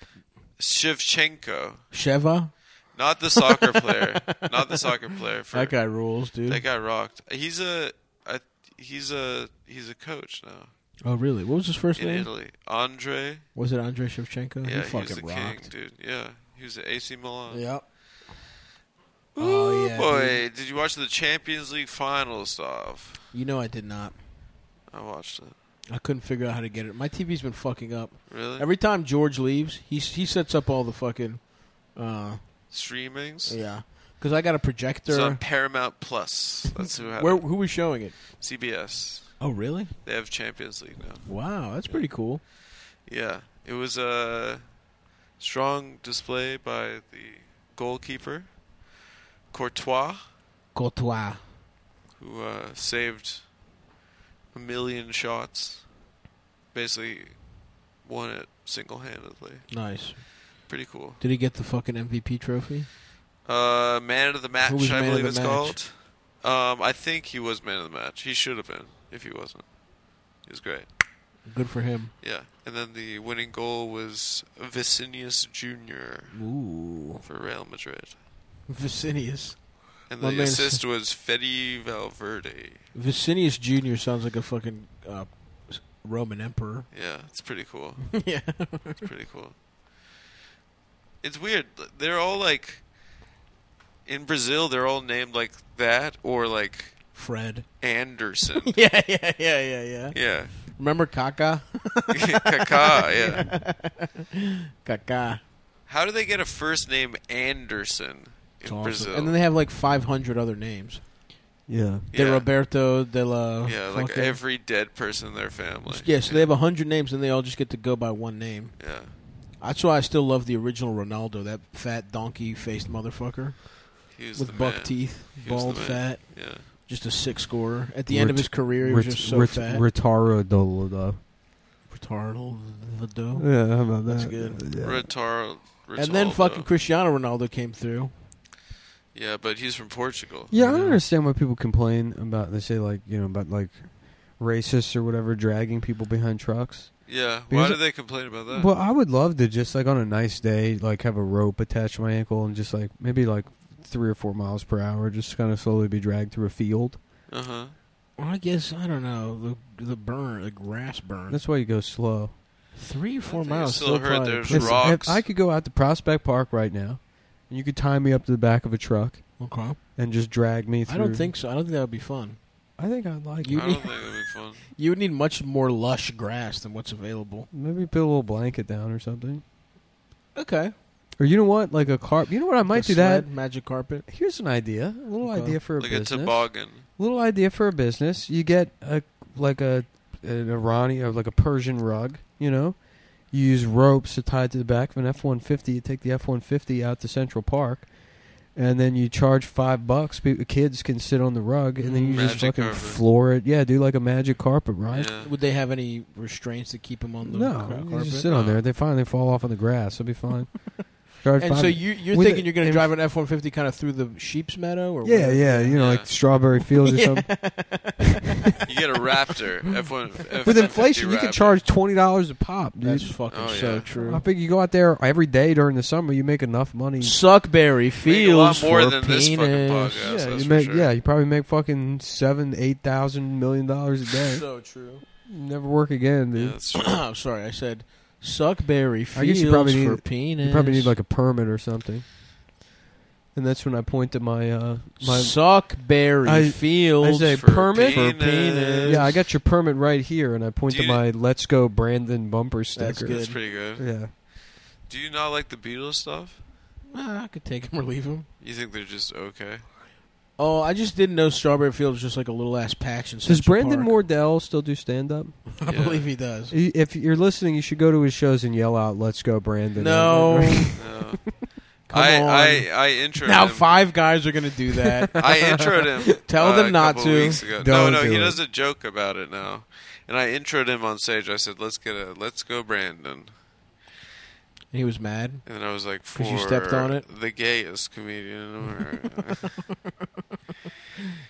Shevchenko. Sheva. Not the soccer player. Not the soccer player. For, That guy rules, dude. That guy rocked. He's a, I, he's a he's a coach now Oh, really? What was his first in name? Italy. Andre. Was it Andrei Shevchenko? Yeah, he he was fucking the rocked. king, dude. Yeah, he was at AC Milan. Yep. Oh, Ooh, yeah, boy. Did you watch the Champions League finals stuff? You know I did not. I watched it. I couldn't figure out how to get it. My TV's been fucking up. Really? Every time George leaves, he he sets up all the fucking uh Streamings? yeah. Cuz I got a projector. It's on Paramount Plus. That's who had Where it. who was showing it? CBS. Oh, really? They have Champions League now. Wow, that's pretty cool. Yeah, it was a strong display by the goalkeeper Courtois, Courtois. who uh, saved a million shots. Basically, won it single-handedly. Nice. Pretty cool. Did he get the fucking MVP trophy? Uh, man of the match, was I man of believe the it's match? called. Um, I think he was man of the match. He should have been if he wasn't. He was great. Good for him. Yeah, and then the winning goal was Vicinius Junior Ooh. for Real Madrid. Vicinius. And My the man's- assist was Fede Valverde. Vicinius Jr. sounds like a fucking uh, Roman emperor. Yeah, it's pretty cool. yeah. It's pretty cool. It's weird. They're all like in Brazil. They're all named like that or like Fred. Anderson. Yeah, yeah, yeah, yeah, yeah. yeah, Remember Kaka? Kaká. Yeah. Kaka. How do they get a first name Anderson in It's awesome. Brazil? And then they have like 500 other names. Yeah. yeah. De Roberto, de la. Yeah, like fucking- every dead person in their family. Yeah, so they have 100 names and they all just get to go by one name. yeah. That's why I still love the original Ronaldo, that fat donkey faced motherfucker He was the with buck man. teeth, He was bald, the man. fat, Yeah. just a six scorer. At the end of Ret- his career, he was just so fat. Retardado. Retardal, the dough. Yeah, how about that? Oh, That's good. Yeah. Retar- And then Ritaldo. fucking Cristiano Ronaldo came through. Yeah, but he's from Portugal. Yeah, I don't understand why people complain about they say like you know about like racists or whatever dragging people behind trucks. Yeah. Why Because- do they complain about that? Well, I would love to just like on a nice day like have a rope attached to my ankle and just like maybe like three or four miles per hour, just kind of slowly be dragged through a field. Uh huh. Well, I guess I don't know the the burn, the grass burn. That's why you go slow. three, four think I miles. still Still heard probably- there's Listen, if rocks. I could go out to Prospect Park right now, and you could tie me up to the back of a truck Okay. and just drag me through. I don't think so. I don't think that would be fun. I think I'd like You I it. don't think it'd be fun. You would need much more lush grass than what's available. Maybe put a little blanket down or something. Okay. Or you know what? Like a carp. You know what? I might A do that. sled, Magic carpet. Here's an idea. A little Okay. idea for a Like a business. toboggan. little idea for a business. You get a like a an Irani or like a Persian rug. You know, you use ropes to tie to the back of an F one fifty. You take the F one fifty out to Central Park, and then you charge five bucks. Pe- Kids can sit on the rug, and then you just Magic fucking carpet. floor it. Yeah, do like a magic carpet ride. Yeah. Would they have any restraints to keep him on the No, cra- you carpet? just sit on there. They finally fall off on the grass. It'll be fine. Charge and five- so you, you're With thinking it- you're going to and- drive an F one fifty kind of through the sheep's meadow or yeah, whatever? yeah, you know, Yeah. like strawberry fields or something. You get a Raptor. F one. With inflation, you can charge twenty dollars a pop, dude. that's fucking Oh, so yeah. I true. think you go out there every day during the summer, you make enough money. Suckberry Make a lot fields more for than penis. this fucking podcast. that's you for make sure. yeah, you probably make fucking seven, eight thousand million dollars a day. So true. Never work again, Yeah, dude. that's true. oh, sorry, I said suckberry fields I guess you probably for need- penis. You probably need like a permit or something. And that's when I point to my uh my suckberry I- fields I say For permit? for penis. penis. Yeah, I got your permit right here and I point to Do you- my let's go Brandon bumper sticker. That's That's good. pretty good. Yeah. Do you not like the Beatles stuff? Ah, I could take him or leave him. You think they're just okay? Oh, I just didn't know Strawberry Fields was just like a little ass patch in Does Central Brandon Park. Mordell still do stand up? I Yeah. believe he does. If you're listening, you should go to his shows and yell out "Let's go, Brandon!" No, No. Come I, on. I I introed now him. five guys are gonna do that. I introed him. Tell uh, them a not couple to. weeks ago. No, Don't no, do he it. does a joke about it now. And I introed him on stage. I said, "Let's get a let's go, Brandon." And he was mad. And then I was like, "For 'Cause you stepped on it? the gayest comedian in America."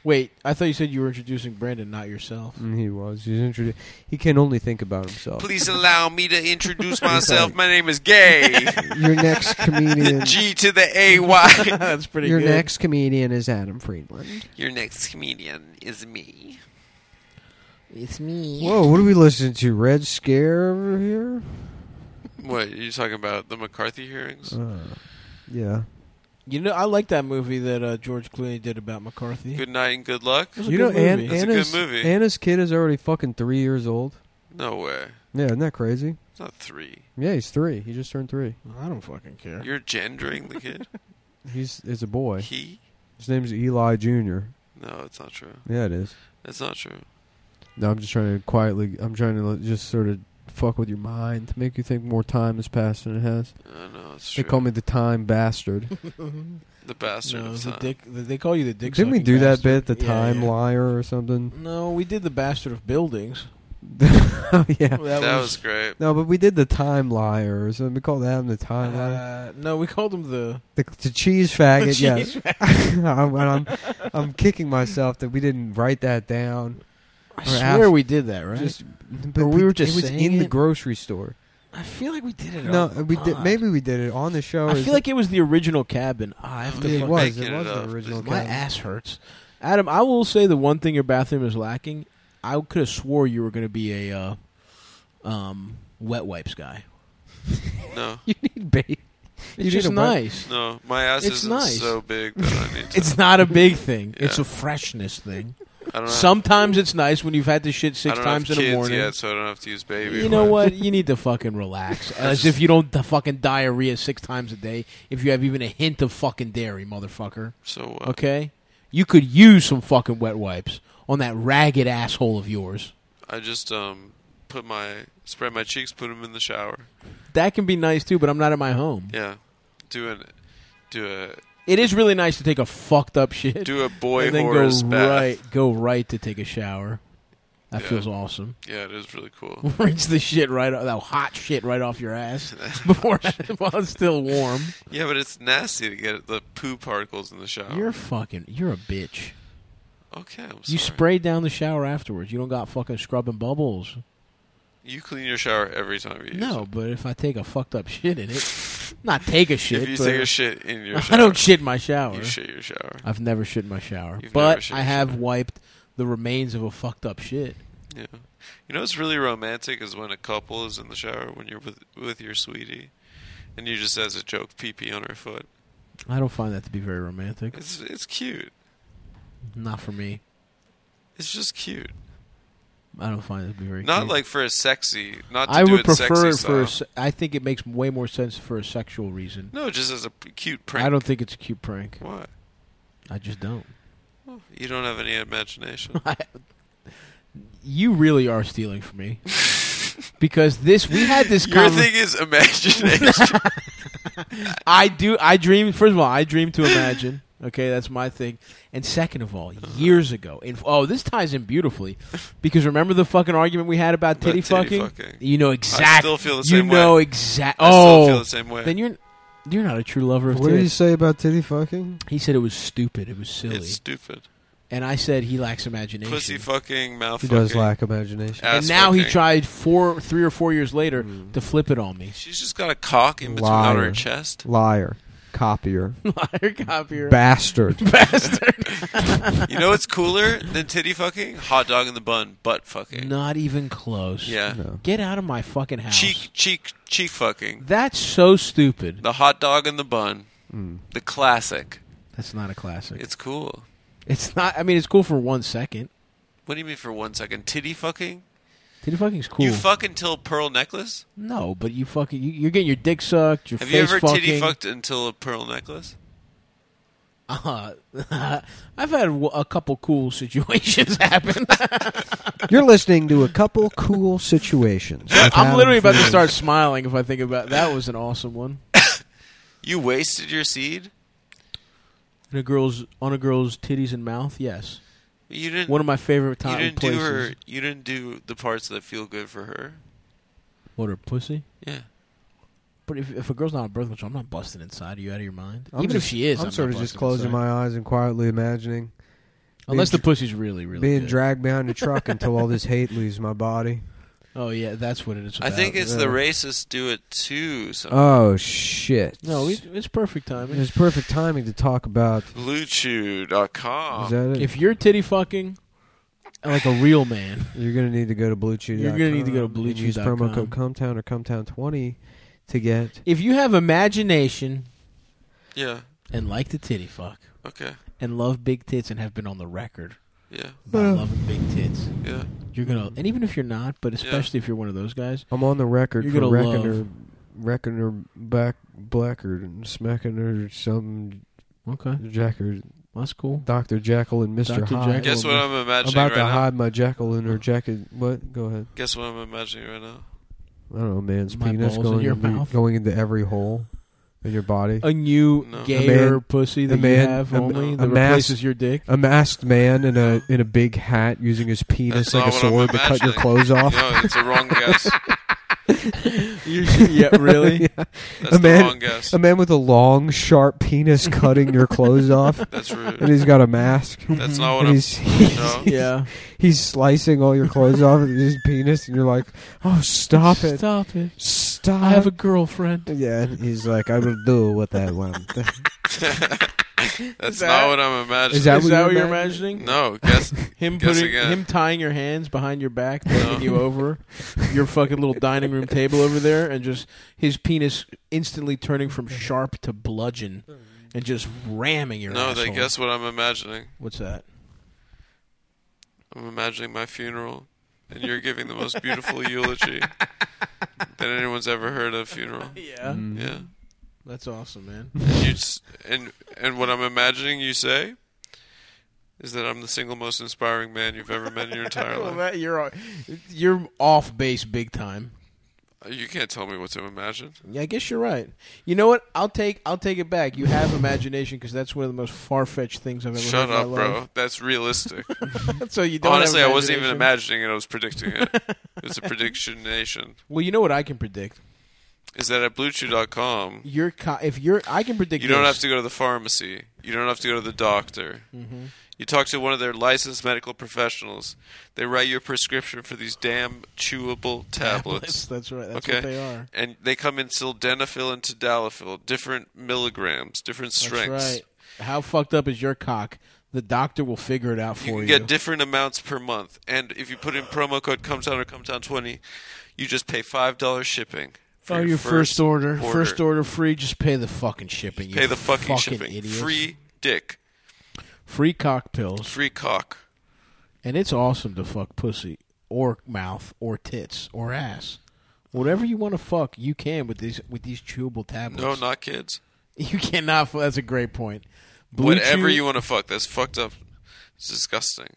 Wait, I thought you said you were introducing Brandon, not yourself. Mm, he was. He's introduced. He can only think about Oh. himself. Please allow me to introduce myself. My name is Gay. Your next comedian. G to the A Y. That's pretty your good. next comedian is Adam Friedland. Your next comedian is me. It's me. Whoa, what are we listening to? Red Scare over here? Uh, What are you talking about? The McCarthy hearings? Uh, yeah. You know, I like that movie that uh, George Clooney did about McCarthy. Good night and good luck. It was a You know, good Ann- movie. It's a good Anna's movie. Anna's kid is already fucking three years old. No way. Yeah, isn't that crazy? It's not three. Yeah, he's three. He just turned three. I don't fucking care. You're gendering the kid. He's is a boy. he? His name's Eli Junior. No, it's not true. Yeah, it is. It's not true. No, I'm just trying to quietly. I'm trying to just sort of fuck with your mind to make you think more time has passed than it has. Uh, no, it's They true. call me the time bastard. the bastard no, of the time. dick, the, they call you the dick. Didn't we sucking do that bastard. bit, the Yeah, time yeah. liar or something? No, we did the bastard of buildings. Oh, yeah. That, was, great. No, but we did the time liar or something. We called Adam the time liar. uh, no, we called him the. The, the cheese faggot. The yes. I'm, and I'm, I'm kicking myself that we didn't write that down. I Or swear ask- we did that, right? Just, Or but we were just it was saying in the it? grocery store. I feel like we did it. No, uh, all- we did. God. Maybe we did it on the show. or I feel like it was the original cabin. Ah, I have to. it fucking- was. making It it was the up. original. My Kevin. ass hurts. Adam, I will say the one thing your bathroom is lacking. I could have swore you were going to be a uh, um, wet wipes guy. No, You need bait. It's need just a wet- nice. no, my ass It's isn't nice. so big that I need to. It's not a big thing. It's Yeah. a freshness thing. I don't have, Sometimes it's nice when you've had to shit I six don't times have in kids the morning. yet, so I don't have to use baby. you know wipes. what? You need to fucking relax. As if you don't d- fucking diarrhea six times a day if you have even a hint of fucking dairy, motherfucker. So uh, what? Okay? You could use some fucking wet wipes on that ragged asshole of yours. I just um put my spread my cheeks, put them in the shower. That can be nice too, but I'm not at my home. Yeah, do an do It is really nice to take a fucked up shit a do a boy and then Horace go bath. right, go right to take a shower. That Yeah. feels awesome. Yeah, it is really cool. Rinse the shit right, o- that hot shit right off your ass before while it's still warm. yeah, but it's nasty to get the poo particles in the shower. You're fucking, you're a bitch. okay, Oh. I'm sorry. You spray down the shower afterwards. You don't got fucking scrubbing bubbles. You clean your shower every time you use No, it. but if I take a fucked up shit in it, not take a shit. If you but take a shit in your shower, I don't shit in my shower. you shit your shower. I've never shit in my shower, You've never but shit in I your have shower. wiped the remains of a fucked up shit. Yeah. You know what's really romantic is when a couple is in the shower when you're with with your sweetie, and you just as a joke pee pee on her foot. I don't find that to be very romantic. It's it's cute. Not for me. It's just cute. I don't find it to be very. Not cute. like for a sexy. Not to I do would it prefer it sexy for. A, style. se- I think it makes way more sense for a sexual reason. no, just as a p- cute prank. I don't think it's a cute prank. What? I just don't. You don't have any imagination. You really are stealing from me because this we had this. Your conver- thing is imagination. I do. I dream. First of all, I dream to imagine. Okay, that's my thing. And second of all, Uh-huh. years ago, and oh, this ties in beautifully because remember the fucking argument we had about About titty, titty fucking? fucking. You know exactly. still feel the You same way. know exactly. I Oh, still feel the same way. then you're you're not a true lover of What did you titties. say about titty fucking? He said it was stupid. It was silly. it's stupid. and I said he lacks imagination. Pussy fucking mouth. He does fucking, lack imagination. ass and now he fucking. tried four, three or four years later to flip it on me. She's just got a cock in between on her Liar. chest. Liar, copier, Liar, copier, bastard. bastard. You know what's cooler than titty fucking? Hot dog in the bun, butt fucking. Not even close. Yeah. No. Get out of my fucking house. Cheek, cheek, cheek fucking. That's so stupid. The hot dog in the bun. Mm. The classic. That's not a classic. It's, It's cool. not. I mean, it's cool for one second. What do you mean for one second? Titty fucking? Titty fucking's cool. You fuck until pearl necklace? no, but you fucking you, you're getting your dick sucked. Your Have face you ever fucking. titty fucked until a pearl necklace? Uh, I've had w- a couple cool situations happen. You're listening to a couple cool situations. with I'm Adam literally about to Friedman. start smiling if I think about that. Was an awesome one. You wasted your seed? On a girl's on a girl's titties and mouth. Yes, You didn't. one of my favorite you time didn't places. do her. You didn't do the parts that feel good for her. What her pussy? Yeah. But if, if a girl's not a birth control, I'm not busting inside. Are you out of your mind? I'm Even just- if she is, I'm, I'm, sort not of just busting closing inside. my eyes and quietly imagining Unless being the pussy's really, really being good. dragged behind a truck until all this hate leaves my body. Oh yeah, that's what it is. I about. think it's yeah. the racists do it too. Some Um, Oh shit! no, we, it's perfect timing. it's perfect timing to talk about. BlueChew.com. Is that it? Um, if you're titty fucking like a real man, You're gonna need to go to BlueChew. You're gonna need to go to and Use promo BlueChew.com. code Cometown or Cometown twenty to get if you have imagination, yeah. and like to titty fuck Okay. and love big tits and have been on the record Yeah. about loving big tits, Yeah. you're gonna. And even if you're not, but especially if you're one of those guys, I'm on the record You're for gonna wrecking love- her, wrecking her back, blackered, and smacking her some okay, jacker, that's cool. Doctor Jackal and Mister Dr. Hyde. Jekyll. Guess what I'm imagining About right to now? hide my jackal in her jacket. What? Go ahead. Guess what I'm imagining right now? I don't know, man. My Speaking of balls in going, your into- mouth. going into every hole in your body, A new No. gayer A man- pussy that a man- you have a- only a that mass- replaces your dick. a masked man in a in a big hat using his penis That's like a not sword what I'm to cut your imagining. clothes off. No, it's a wrong guess. yeah, really? That's A the man- wrong guess. A man with a long, sharp penis cutting your clothes off, That's and rude. he's got a mask. That's not what and I'm. he's, he's, No. Yeah. he's slicing all your clothes off with his penis, and you're like, "Oh, stop it, Stop it. stop!" I have a girlfriend. yeah, and he's like, "I will do what I want." That's that- not what I'm imagining. Is that Is what that you're what you're imagining? imagining? no, guess. Him Guess putting again. him tying your hands behind your back, No. taking you over your fucking little dining room table over there, and just his penis instantly turning from sharp to bludgeon, and just ramming your. No, they asshole. guess what I'm imagining. What's that? I'm imagining my funeral, and you're giving the most beautiful eulogy that anyone's ever heard at a funeral. Yeah, Yeah. Mm. that's awesome, man. And, you s and and what I'm imagining you say is that I'm the single most inspiring man you've ever met in your entire well, life. that, you're o- you're off base big time. You can't tell me what to imagine. Yeah, I guess you're right. You know what? I'll take I'll take it back. You have imagination because that's one of the most far fetched things I've ever Shut heard up, in my life. bro. That's realistic. so you don't have Honestly, I wasn't even imagination. imagining it. I was predicting it. it's a prediction nation. Well, you know what I can predict. Is that at BlueChew.com? Your co- if you're I can predict. You don't this. have to go to the pharmacy. You don't have to go to the doctor. Mm-hmm. You talk to one of their licensed medical professionals. They write you a prescription for these damn chewable tablets. That's right. That's okay, what they are. and they come in sildenafil and tadalafil, different milligrams, different strengths. That's right. How fucked up is your cock? The doctor will figure it out for You you. can get different amounts per month, and if you put in promo code comes down or comes down twenty, you just pay five dollars shipping. For oh, your, first, order. first order free. Just pay the fucking shipping. you Pay the fucking, shipping. idiots. Free dick, free cock pills, free cock. and it's awesome to fuck pussy or mouth or tits or ass. Whatever you want to fuck, you can with these with these chewable tablets. No, not kids. you cannot. fu- That's a great point. Blue Whatever Chew- you want to fuck. That's fucked up. It's disgusting.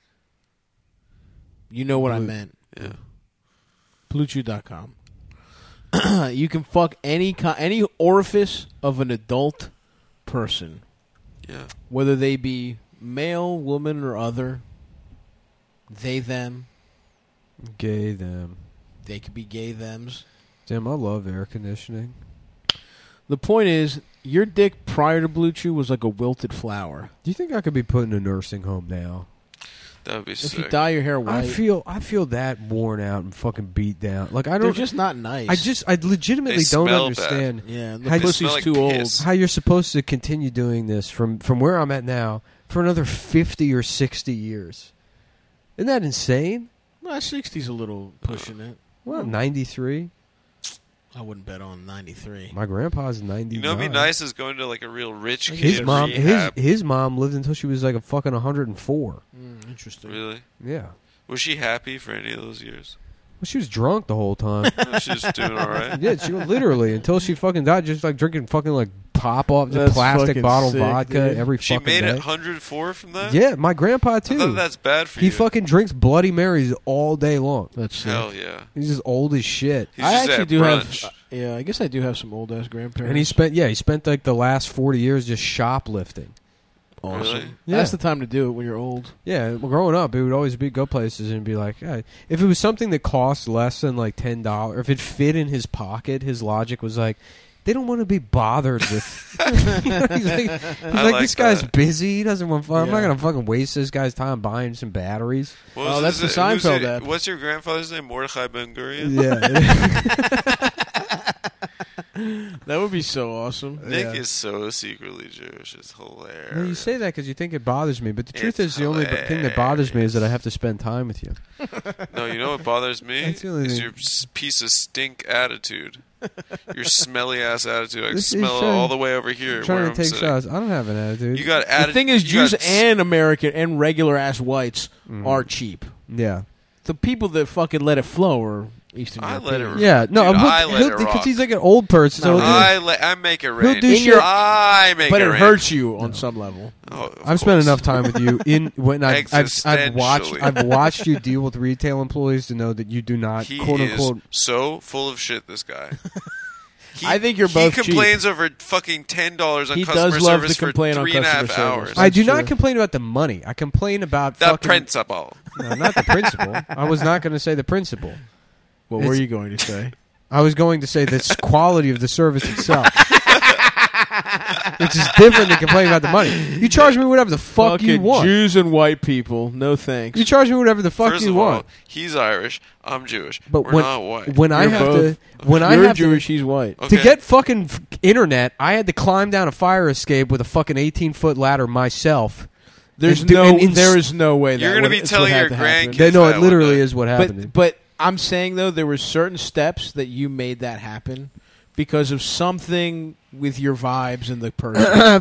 you know what I meant. Yeah. Bluechew.com. you can fuck any co- any orifice of an adult person, Yeah. whether they be male, woman, or other. They them. Gay them. They could be gay them's. Damn, I love air conditioning. The point is, your dick prior to Blue Chew was like a wilted flower. Do you think I could be put in a nursing home now? That would be If you sick. dye your hair white, I feel I feel that worn out and fucking beat down. Like I they're don't. just not nice. I just I legitimately They don't smell understand yeah, I the just- pussy's smell like too piss. how you're supposed to continue doing this from from where I'm at now for another fifty or sixty years. Isn't that insane? old. My sixties a little pushing it. Well, ninety three. I wouldn't bet on ninety three. My grandpa's ninety. You know, what'd be nice is going to like a real rich kid His mom, his rehab. his mom lived until she was like a fucking hundred and four. Mm, interesting. Really? Yeah. Was she happy for any of those years? Well, she was drunk the whole time. No, she was doing all right. yeah, she was literally until she fucking died, just like drinking fucking like pop off the That's plastic fucking bottle sick, vodka dude. every She fucking made day. it 104 from that. Yeah, my grandpa I thought too. that's bad for He you. fucking drinks Bloody Marys all day long. That's sick. Hell yeah. He's just old as shit. He's I just actually at do brunch. have. uh, yeah, I guess I do have some old ass grandparents. And he spent yeah, he spent like the last forty years just shoplifting. Really? Yeah. That's the time to do it when you're old. Yeah, well, growing up, it would always be go places and be like, hey. if it was something that cost less than like ten dollars, if it fit in his pocket, his logic was like, they don't want to be bothered with. he's like, he's like, like this guy's that. busy. He doesn't want. I'm not Yeah. gonna fucking waste this guy's time buying some batteries. What Oh, was that's his the name? Who's Seinfeld your- app. What's your grandfather's name? Mordechai Ben Gurion. Yeah, That would be so awesome. Nick is so secretly Jewish. It's hilarious. you say that because you think it bothers me, but the truth is, It's the only b- thing that bothers me is that I have to spend time with you. No, you know what bothers me That's the only is thing. your s- piece of stink attitude. Your smelly ass attitude. I can This is smell it trying- all the way over here trying where to I'm take sitting. shots. I don't have an attitude. You got The attitude. thing is, Jews and American and regular ass whites Mm-hmm. are cheap. yeah, The people that fucking let it flow are Eastern I let European. it yeah. No, Dude, I'm I let it because rock. he's like an old person. So No, he'll do- I la- I make it rain. He'll do In shit- your- I make But it, it rain. hurts you on some level. Oh, of I've spent course. enough time with you in when I've, I've, I've watched Existentially. I've watched you deal with retail employees to know that you do not He quote is unquote. so full of shit. This guy. He, I think you're both He cheap. complains over fucking ten dollars on He customer does love to service for complain on three and a half customer service. hours. I do That's not true. complain about the money. I complain about the fucking, principal. No, not the principal. I was not going to say the principal. What It's- were you going to say? I was going to say the s- quality of the service itself. Which is different than complaining about the money. You charge me whatever the fuck you Fucking want. Jews and white people. No thanks. You charge me whatever the fuck First you of want. all, he's Irish. I'm Jewish. but We're when not white. when I You're have both. to when I You're have to- Jewish. he's white. Okay. To get fucking f- internet, I had to climb down a fire escape with a fucking 18 foot ladder myself. There's And do- no. and ins- there is no way. You're going gonna to be telling your grandkids- They, no, that it literally one, is what happened. But but I'm saying though there were certain steps that you made that happen because of something with your vibes and the person.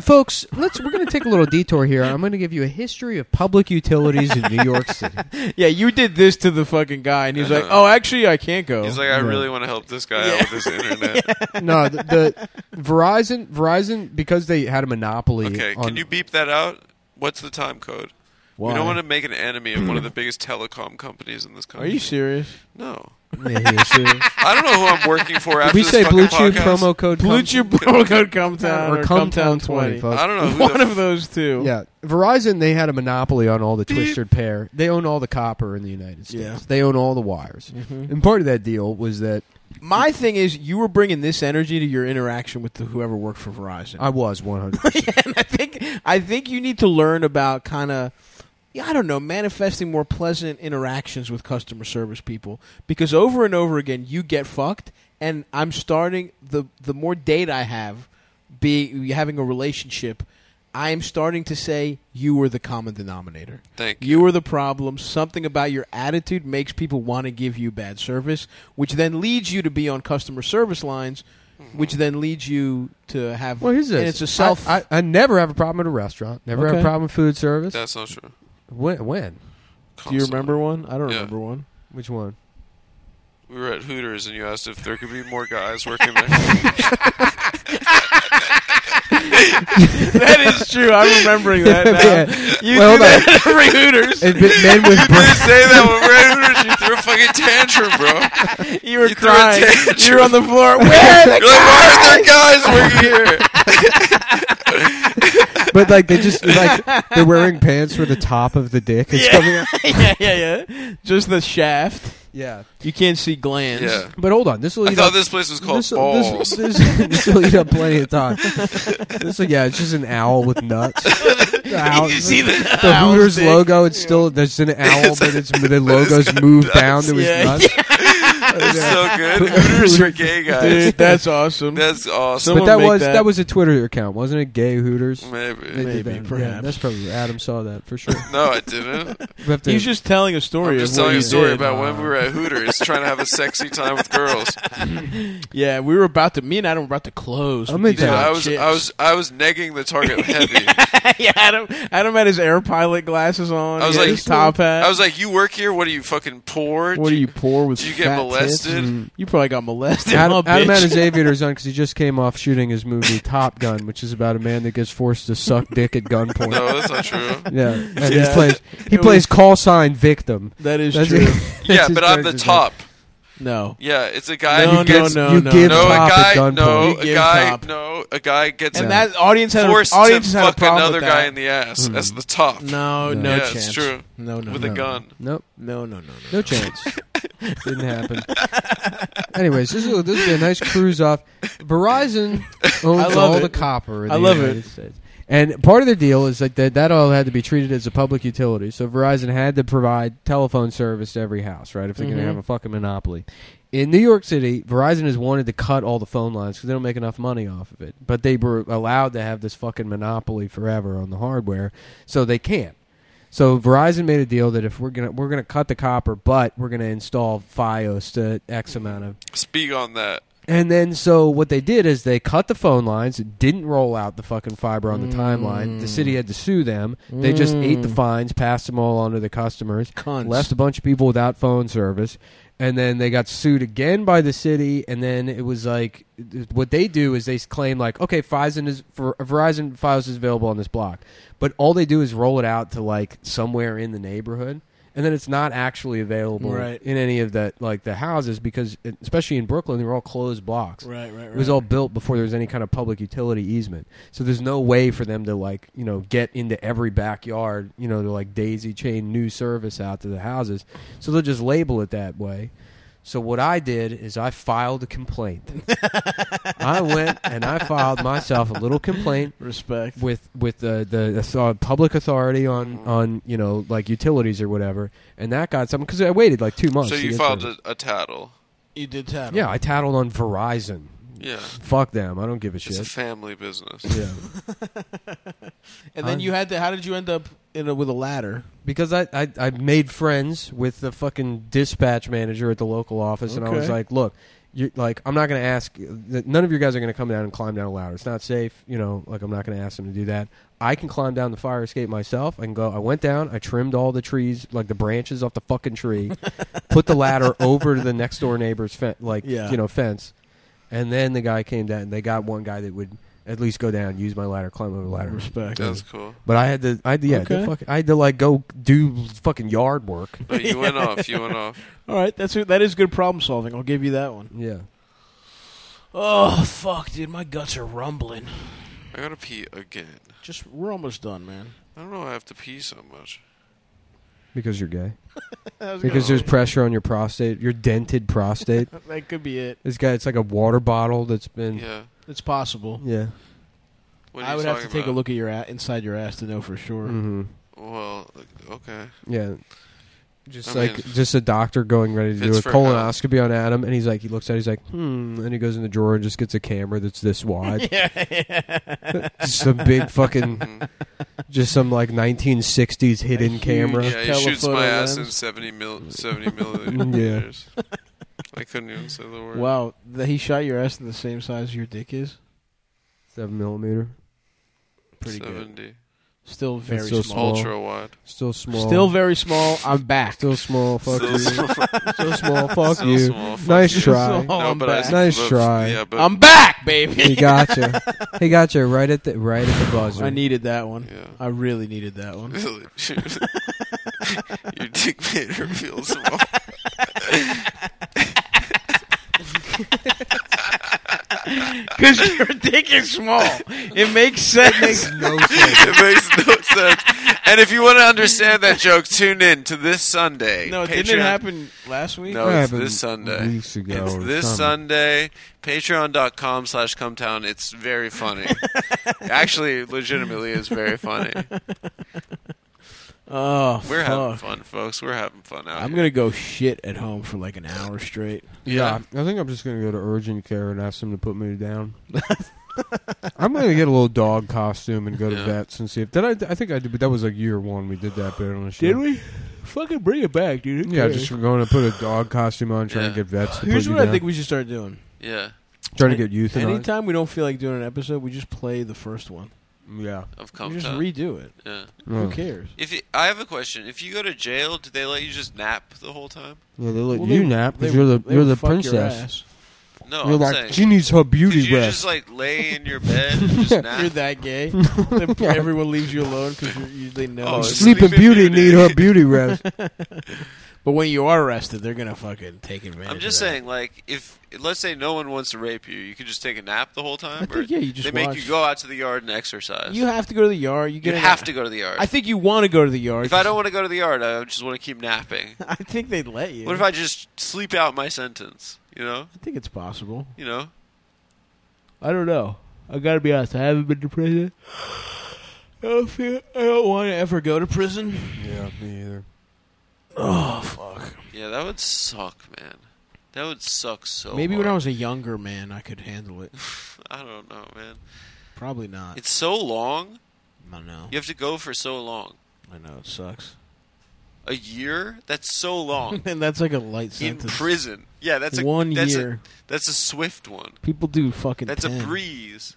Folks, let's we're going to take a little detour here. I'm going to give you a history of public utilities in New York City. yeah, you did this to the fucking guy, and he's like, Uh-huh. "Oh, actually, I can't go." he's like, I really want to help this guy out with this internet. No, the, the Verizon Verizon because they had a monopoly Okay, on can you beep that out? What's the time code? Why? We don't want to make an enemy of one of the biggest telecom companies in this Are country. you serious? No. Yeah, yeah, sure. I don't know who I'm working for after we this say fucking blue chew podcast. promo code Blue cum- chip promo code Cometown or or Cumtown Cometown twenty. folks. I don't know who One the of those two. Yeah, Verizon they had a monopoly on all the Beep. twisted pair. They own all the copper in the United States. Yeah. Mm-hmm. They own all the wires. And part of that deal was that My thing is, you were bringing this energy to your interaction with the, whoever worked for Verizon. I was 100. and I think I think you need to learn about kind of yeah, I don't know, manifesting more pleasant interactions with customer service people because over and over again you get fucked and I'm starting the the more data I have be having a relationship I am starting to say you were the common denominator. Thank you. You were the problem. Something about your attitude makes people want to give you bad service, which then leads you to be on customer service lines, which then leads you to have. well, here's this. And it's a self. I, I, I never have a problem at a restaurant. Never have a Okay. problem with food service. That's not true. when, when? Do you remember one? I don't Yeah. remember one. Which one? We were at Hooters and you asked if there could be more guys working there. that is true. I'm remembering that Yeah. You Well, hold on. every Hooters. It's been men with you bra- say that when we were at Hooters, you threw a fucking tantrum, bro. You were You threw a tantrum. were on the floor. Where? You're like, why aren't there guys working here? but like they just like they're wearing pants where the top of the dick is coming out. yeah, yeah, yeah. Just the shaft. Yeah. You can't see glands. Yeah. But hold on, this will I lead thought up- this place was called this, Balls. This, this, this will eat up plenty of time. This, yeah, it's just an owl with nuts. The owl- You see the, the owl's Hooters dick? logo. It's still there's an owl, but it's the logo's moved down to his Yeah. nuts. It's so good. Hooters for gay guys. Dude, that's awesome. That's awesome. Someone But that make was that. that. was a Twitter account, wasn't it? Gay Hooters. They Maybe. did Maybe, that. Yeah, perhaps. that's probably Adam saw that for sure. No, I didn't. We have to- He's just telling a story. I'm of just what telling he a story did. about when we were at Hooters trying to have a sexy time with girls. Yeah, we were about to. Me and Adam were about to close. I'll with make these Dude, Yeah. I hot was chicks. I was I was negging the target heavy. yeah, Adam. Adam had his air pilot glasses on. I was he had like- his top hat. I was like, "You work here? What are you fucking poor? what are you poor with? Did you get fat molested? tits? You probably got molested. Adam, huh, Adam bitch? had his aviators on because he just came off shooting his movie Top Gun, which is about a man that gets forced to suck dick at gunpoint. No, that's not true. Yeah, and he Yeah. plays he It plays was- call sign victim. that is That's true. it. yeah, That's his but I'm the character's top. No. Yeah, it's a guy No, who no, gets no. you give no a top guy at gunpoint. no You a give guy top. no a guy gets And that audience had forced a, audience to had a fuck problem another with guy that. Mm-hmm. in the ass. That's the top. No. no, no Yeah, it's chance. true. No, no, With no, a gun. Nope, No, no, no, no. no chance. Didn't happen. Anyways, this is this is a nice cruise off. Verizon I owns love all it. the copper. In I the love United it. States. And part of the deal is like that that all had to be treated as a public utility. So Verizon had to provide telephone service to every house, right? If they're going Mhm. to have a fucking monopoly. In New York City, Verizon has wanted to cut all the phone lines because they don't make enough money off of it. But they were allowed to have this fucking monopoly forever on the hardware, so they can't. So Verizon made a deal that if we're gonna we're gonna cut the copper, but we're gonna install FiOS to X amount of Speak on that. And then so what they did is they cut the phone lines, didn't roll out the fucking fiber on the timeline. The city had to sue them. They just ate the fines, passed them all on to the customers, Mm. Cunts. left a bunch of people without phone service. And then they got sued again by the city, and then it was like, th- what they do is they claim like, okay, Verizon is Ver- Verizon Fios is available on this block, but all they do is roll it out to like somewhere in the neighborhood, and then it's not actually available Right. in any of the like the houses because it- especially in Brooklyn they were all closed blocks. Right, right, right. It was all built before there was any kind of public utility easement. So there's no way for them to like, you know, get into every backyard, you know, to like daisy chain new service out to the houses. So they'll just label it that way. So what I did is I filed a complaint. I went and I filed myself a little complaint Respect. with with the the author- public authority on Mm-hmm. on you know like utilities or whatever, and that got something because I waited like Oh, two months. So to you get filed service. a, a tattle. You did tap. Yeah, I tattled on Verizon. Yeah. Fuck them. I don't give a It's a shit. family business. yeah, And then I- you had to. How did you end up in a, with a ladder? because I, I I made friends with the fucking dispatch manager at the local office, and I was Okay. like, look. You, like I'm not going to ask. None of your guys are going to come down and climb down a ladder. It's not safe. You know, like I'm not going to ask them to do that. I can climb down the fire escape myself. I can go. I went down. I trimmed all the trees, like the branches off the fucking tree. put the ladder over to the next door neighbor's fe- like Yeah. you know fence, and then the guy came down. and They got one guy that would at least go down, use my ladder, climb over the ladder. Respect. That's cool. But I had to, I had to, yeah, Okay. fuck, I had to like go do fucking yard work. No, you went off. You went off. All right, that's that is good problem solving. I'll give you that one. Yeah, Oh fuck, dude, my guts are rumbling. I gotta pee again. Just we're almost done, man. I don't know. why I have to pee so much. because you're gay. Because there's pressure on your prostate, your dented prostate. that could be it. this guy, it's like a water bottle that's been. Yeah. It's possible. Yeah. What are Mm. I you would have to talking take a about? look at your a- inside your ass to know for sure. hmm Well, like, okay. Yeah. Just I mean, like just a doctor going ready to if do it's a for colonoscopy on Adam, and he's like, he looks at, it, he's like, hmm, and he goes in the drawer and just gets a camera that's this wide, some big fucking, Mm. just some like 1960s hidden huge- camera. yeah, he shoots telephoto my ass lens. in 70 mil, 70 milliliters. I couldn't even say the word. Wow, that he shot your ass in the same size your dick is. Seven millimeter, Pretty good. 70. Still very still small. Ultra wide. still small, Still very small. I'm back. still small. Fuck Still you, small. still small. Fuck Still you. small. Fuck Nice you. try. So- No, Oh, I'm but back. I, Nice but- try. Yeah, but I'm back, baby. He got you. He got you right at the right at the buzzer. I needed that one. Yeah. I really needed that one. Really? Your dick made her feel small. Because your dick is small. It makes sense. no sense. it makes no sense. And if you want to understand that joke, tune in to this Sunday. no, Patreon. didn't it happen last week? No, That it's happened this Sunday. weeks ago it's or this something. Sunday. Patreon.com slash Cumtown. It's very funny. Actually, legitimately, it's very funny. Oh, We're having fuck. fun, folks. We're having fun out I'm here. going to go shit at home for like an hour straight. Yeah, I think I'm just gonna go to urgent care and ask them to put me down. I'm gonna get a little dog costume and go to Yeah. vets and see if did I. I think I did, but that was like year one. We did that bit on the show. we? Fucking bring it back, dude. Yeah, just going to put a dog costume on, trying to Yeah. get vets. To Here's put you what I down. think we should start doing. Yeah, trying to get euthanized. Anytime we don't feel like doing an episode, we just play the first one. Yeah. of We just Cumtown. redo it. Yeah. Yeah. Who cares? If you, I have a question, if you go to jail, do they let you just nap the whole time? Yeah, they let Well, you they- nap they- because you're the they you're would the fuck your princess. ass. Oh, No, You're I'm like saying. she needs her could beauty you rest. just like lay in your bed and just nap? You're that gay. Then Everyone leaves you alone because you, they know. Oh, it's- it's- Sleeping Sleeping Beauty Beauty. need her beauty rest. But when you are arrested, they're gonna fucking take advantage. I'm just of that. saying, like, if let's say no one wants to rape you, you could just take a nap the whole time. I think, yeah, you just they make watch. you go out to the yard and exercise. You have to go to the yard. You, You get in have a- to go to the yard. I think you want to go to the yard. if I don't want to go to the yard, I just want to keep napping. I think they'd let you. What if I just sleep out my sentence? You know, I think it's possible. you know. I don't know. I gotta be honest. I haven't been to prison. I don't, feel, I don't want to ever go to prison. yeah, me either. Oh fuck. Yeah, that would suck, man. That would suck so. Maybe hard. when I was a younger man, I could handle it. I don't know, man. Probably not. It's so long. I know. You have to go for so long. I know it sucks. a year? That's so long. and that's like a light In sentence. prison. Yeah, that's a One that's a- year. that's a swift one. People do fucking. That's 10. a breeze.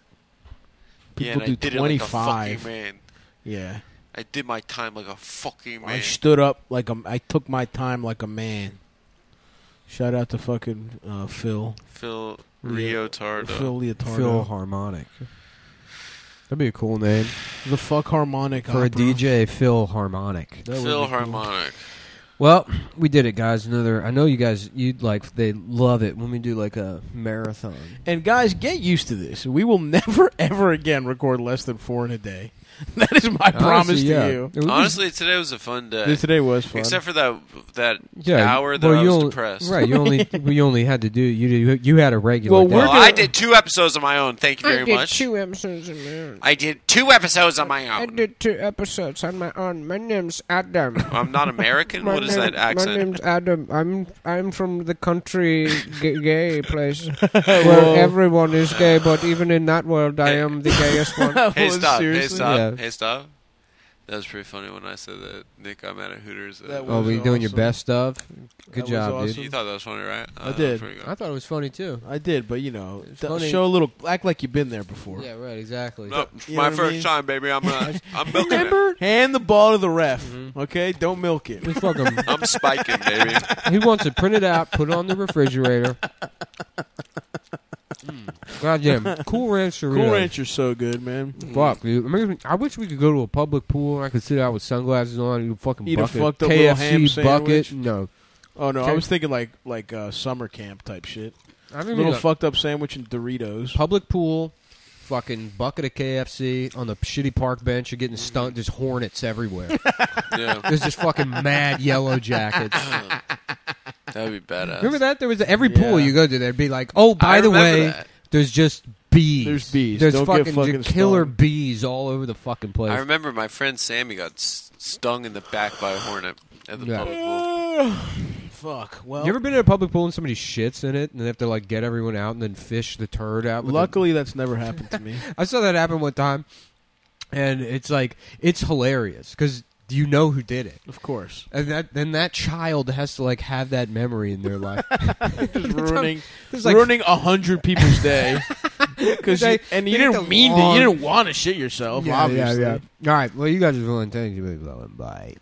yeah, People and I do did it like a 25. fucking man. yeah. I did my time like a fucking man. I stood up like a. I took my time like a man. Shout out to fucking uh, Phil. Phil Leo- Riotardo. Phil Leotardo. Phil Harmonic. That'd be a cool name The fuck harmonic for a opera. DJ. Phil Harmonic. That would Phil be cool. Harmonic. Well, we did it, guys. Another. I know you guys. You would like. They love it when we do like a marathon. And guys, get used to this. We will never, ever again record less than four in a day. That is my promise Honestly, yeah. to you. It was- Honestly, today was a fun day. This today was fun. Except for that that yeah, hour that well, I you was only- depressed. Right. You only. you only had to do. You did, you had a regular. Well, day. we're Well, I did two episodes on my own. Thank you very I did much. two episodes on my own. I did two episodes on my I own. did two episodes on my own. My name's Adam. I'm not American. My what is name- that accent? My name's Adam. I'm I'm from the country g- gay place Whoa. where everyone is gay, but even in that world, I am the gayest one. hey, Well, stop. Hey, seriously? stop. Yeah. Hey, stop. That was pretty funny when I said that. Nick, I'm at a Hooters. Uh, That Oh, was were you doing your awesome. best stuff? Good That was job, awesome. you dude. thought that was funny, right? I Uh, did. pretty good. I thought it was funny too. I did, but you know, It's d- funny. show a little. Act like you've been there before. Yeah. Right. Exactly. No, it's You know my what I first mean? time, baby. I'm uh, I'm milking it. Remember, hand the ball to the ref. Mm-hmm. Okay, don't milk it. We fucking. I'm spiking, baby. he wants to print it out, put it on the refrigerator. Mm. Goddamn, Cool Ranch Doritos. Hmm. Cool Ranch are so good, man. Fuck, dude. It makes me- I wish we could go to a public pool and I could sit out with sunglasses on and eat a fucking Eat a bucket. fucked up little KFC ham bucket. sandwich. No, Oh no, I Okay. was thinking like like uh, summer camp type shit. I mean Little like, fucked up sandwich and Doritos. public pool, fucking bucket of KFC on the shitty park bench. You're getting stunk. There's hornets everywhere. Yeah, There's just fucking mad yellow jackets. that'd be badass. Remember that? There was every pool Yeah. you go to, there'd be like, oh, by I the remember way, that. there's just bees. There's bees. There's Don't fucking, get fucking just killer stung. bees all over the fucking place. I remember my friend Sammy got s- stung in the back by a hornet at the Yeah. public pool. Fuck. Well, you ever been in a public pool and somebody shits in it and they have to like get everyone out and then fish the turd out? with them? luckily that's never happened to me. I saw that happen one time, and it's like it's hilarious because you know who did it, Of course. and that then that child has to like have that memory in their life. It's ruining It's like ruining a hundred people's day. Cause They- you, and you they get didn't the mean to, long- you didn't want to shit yourself. obviously. All right. Well, you guys are willing. Thank you, baby. Bye.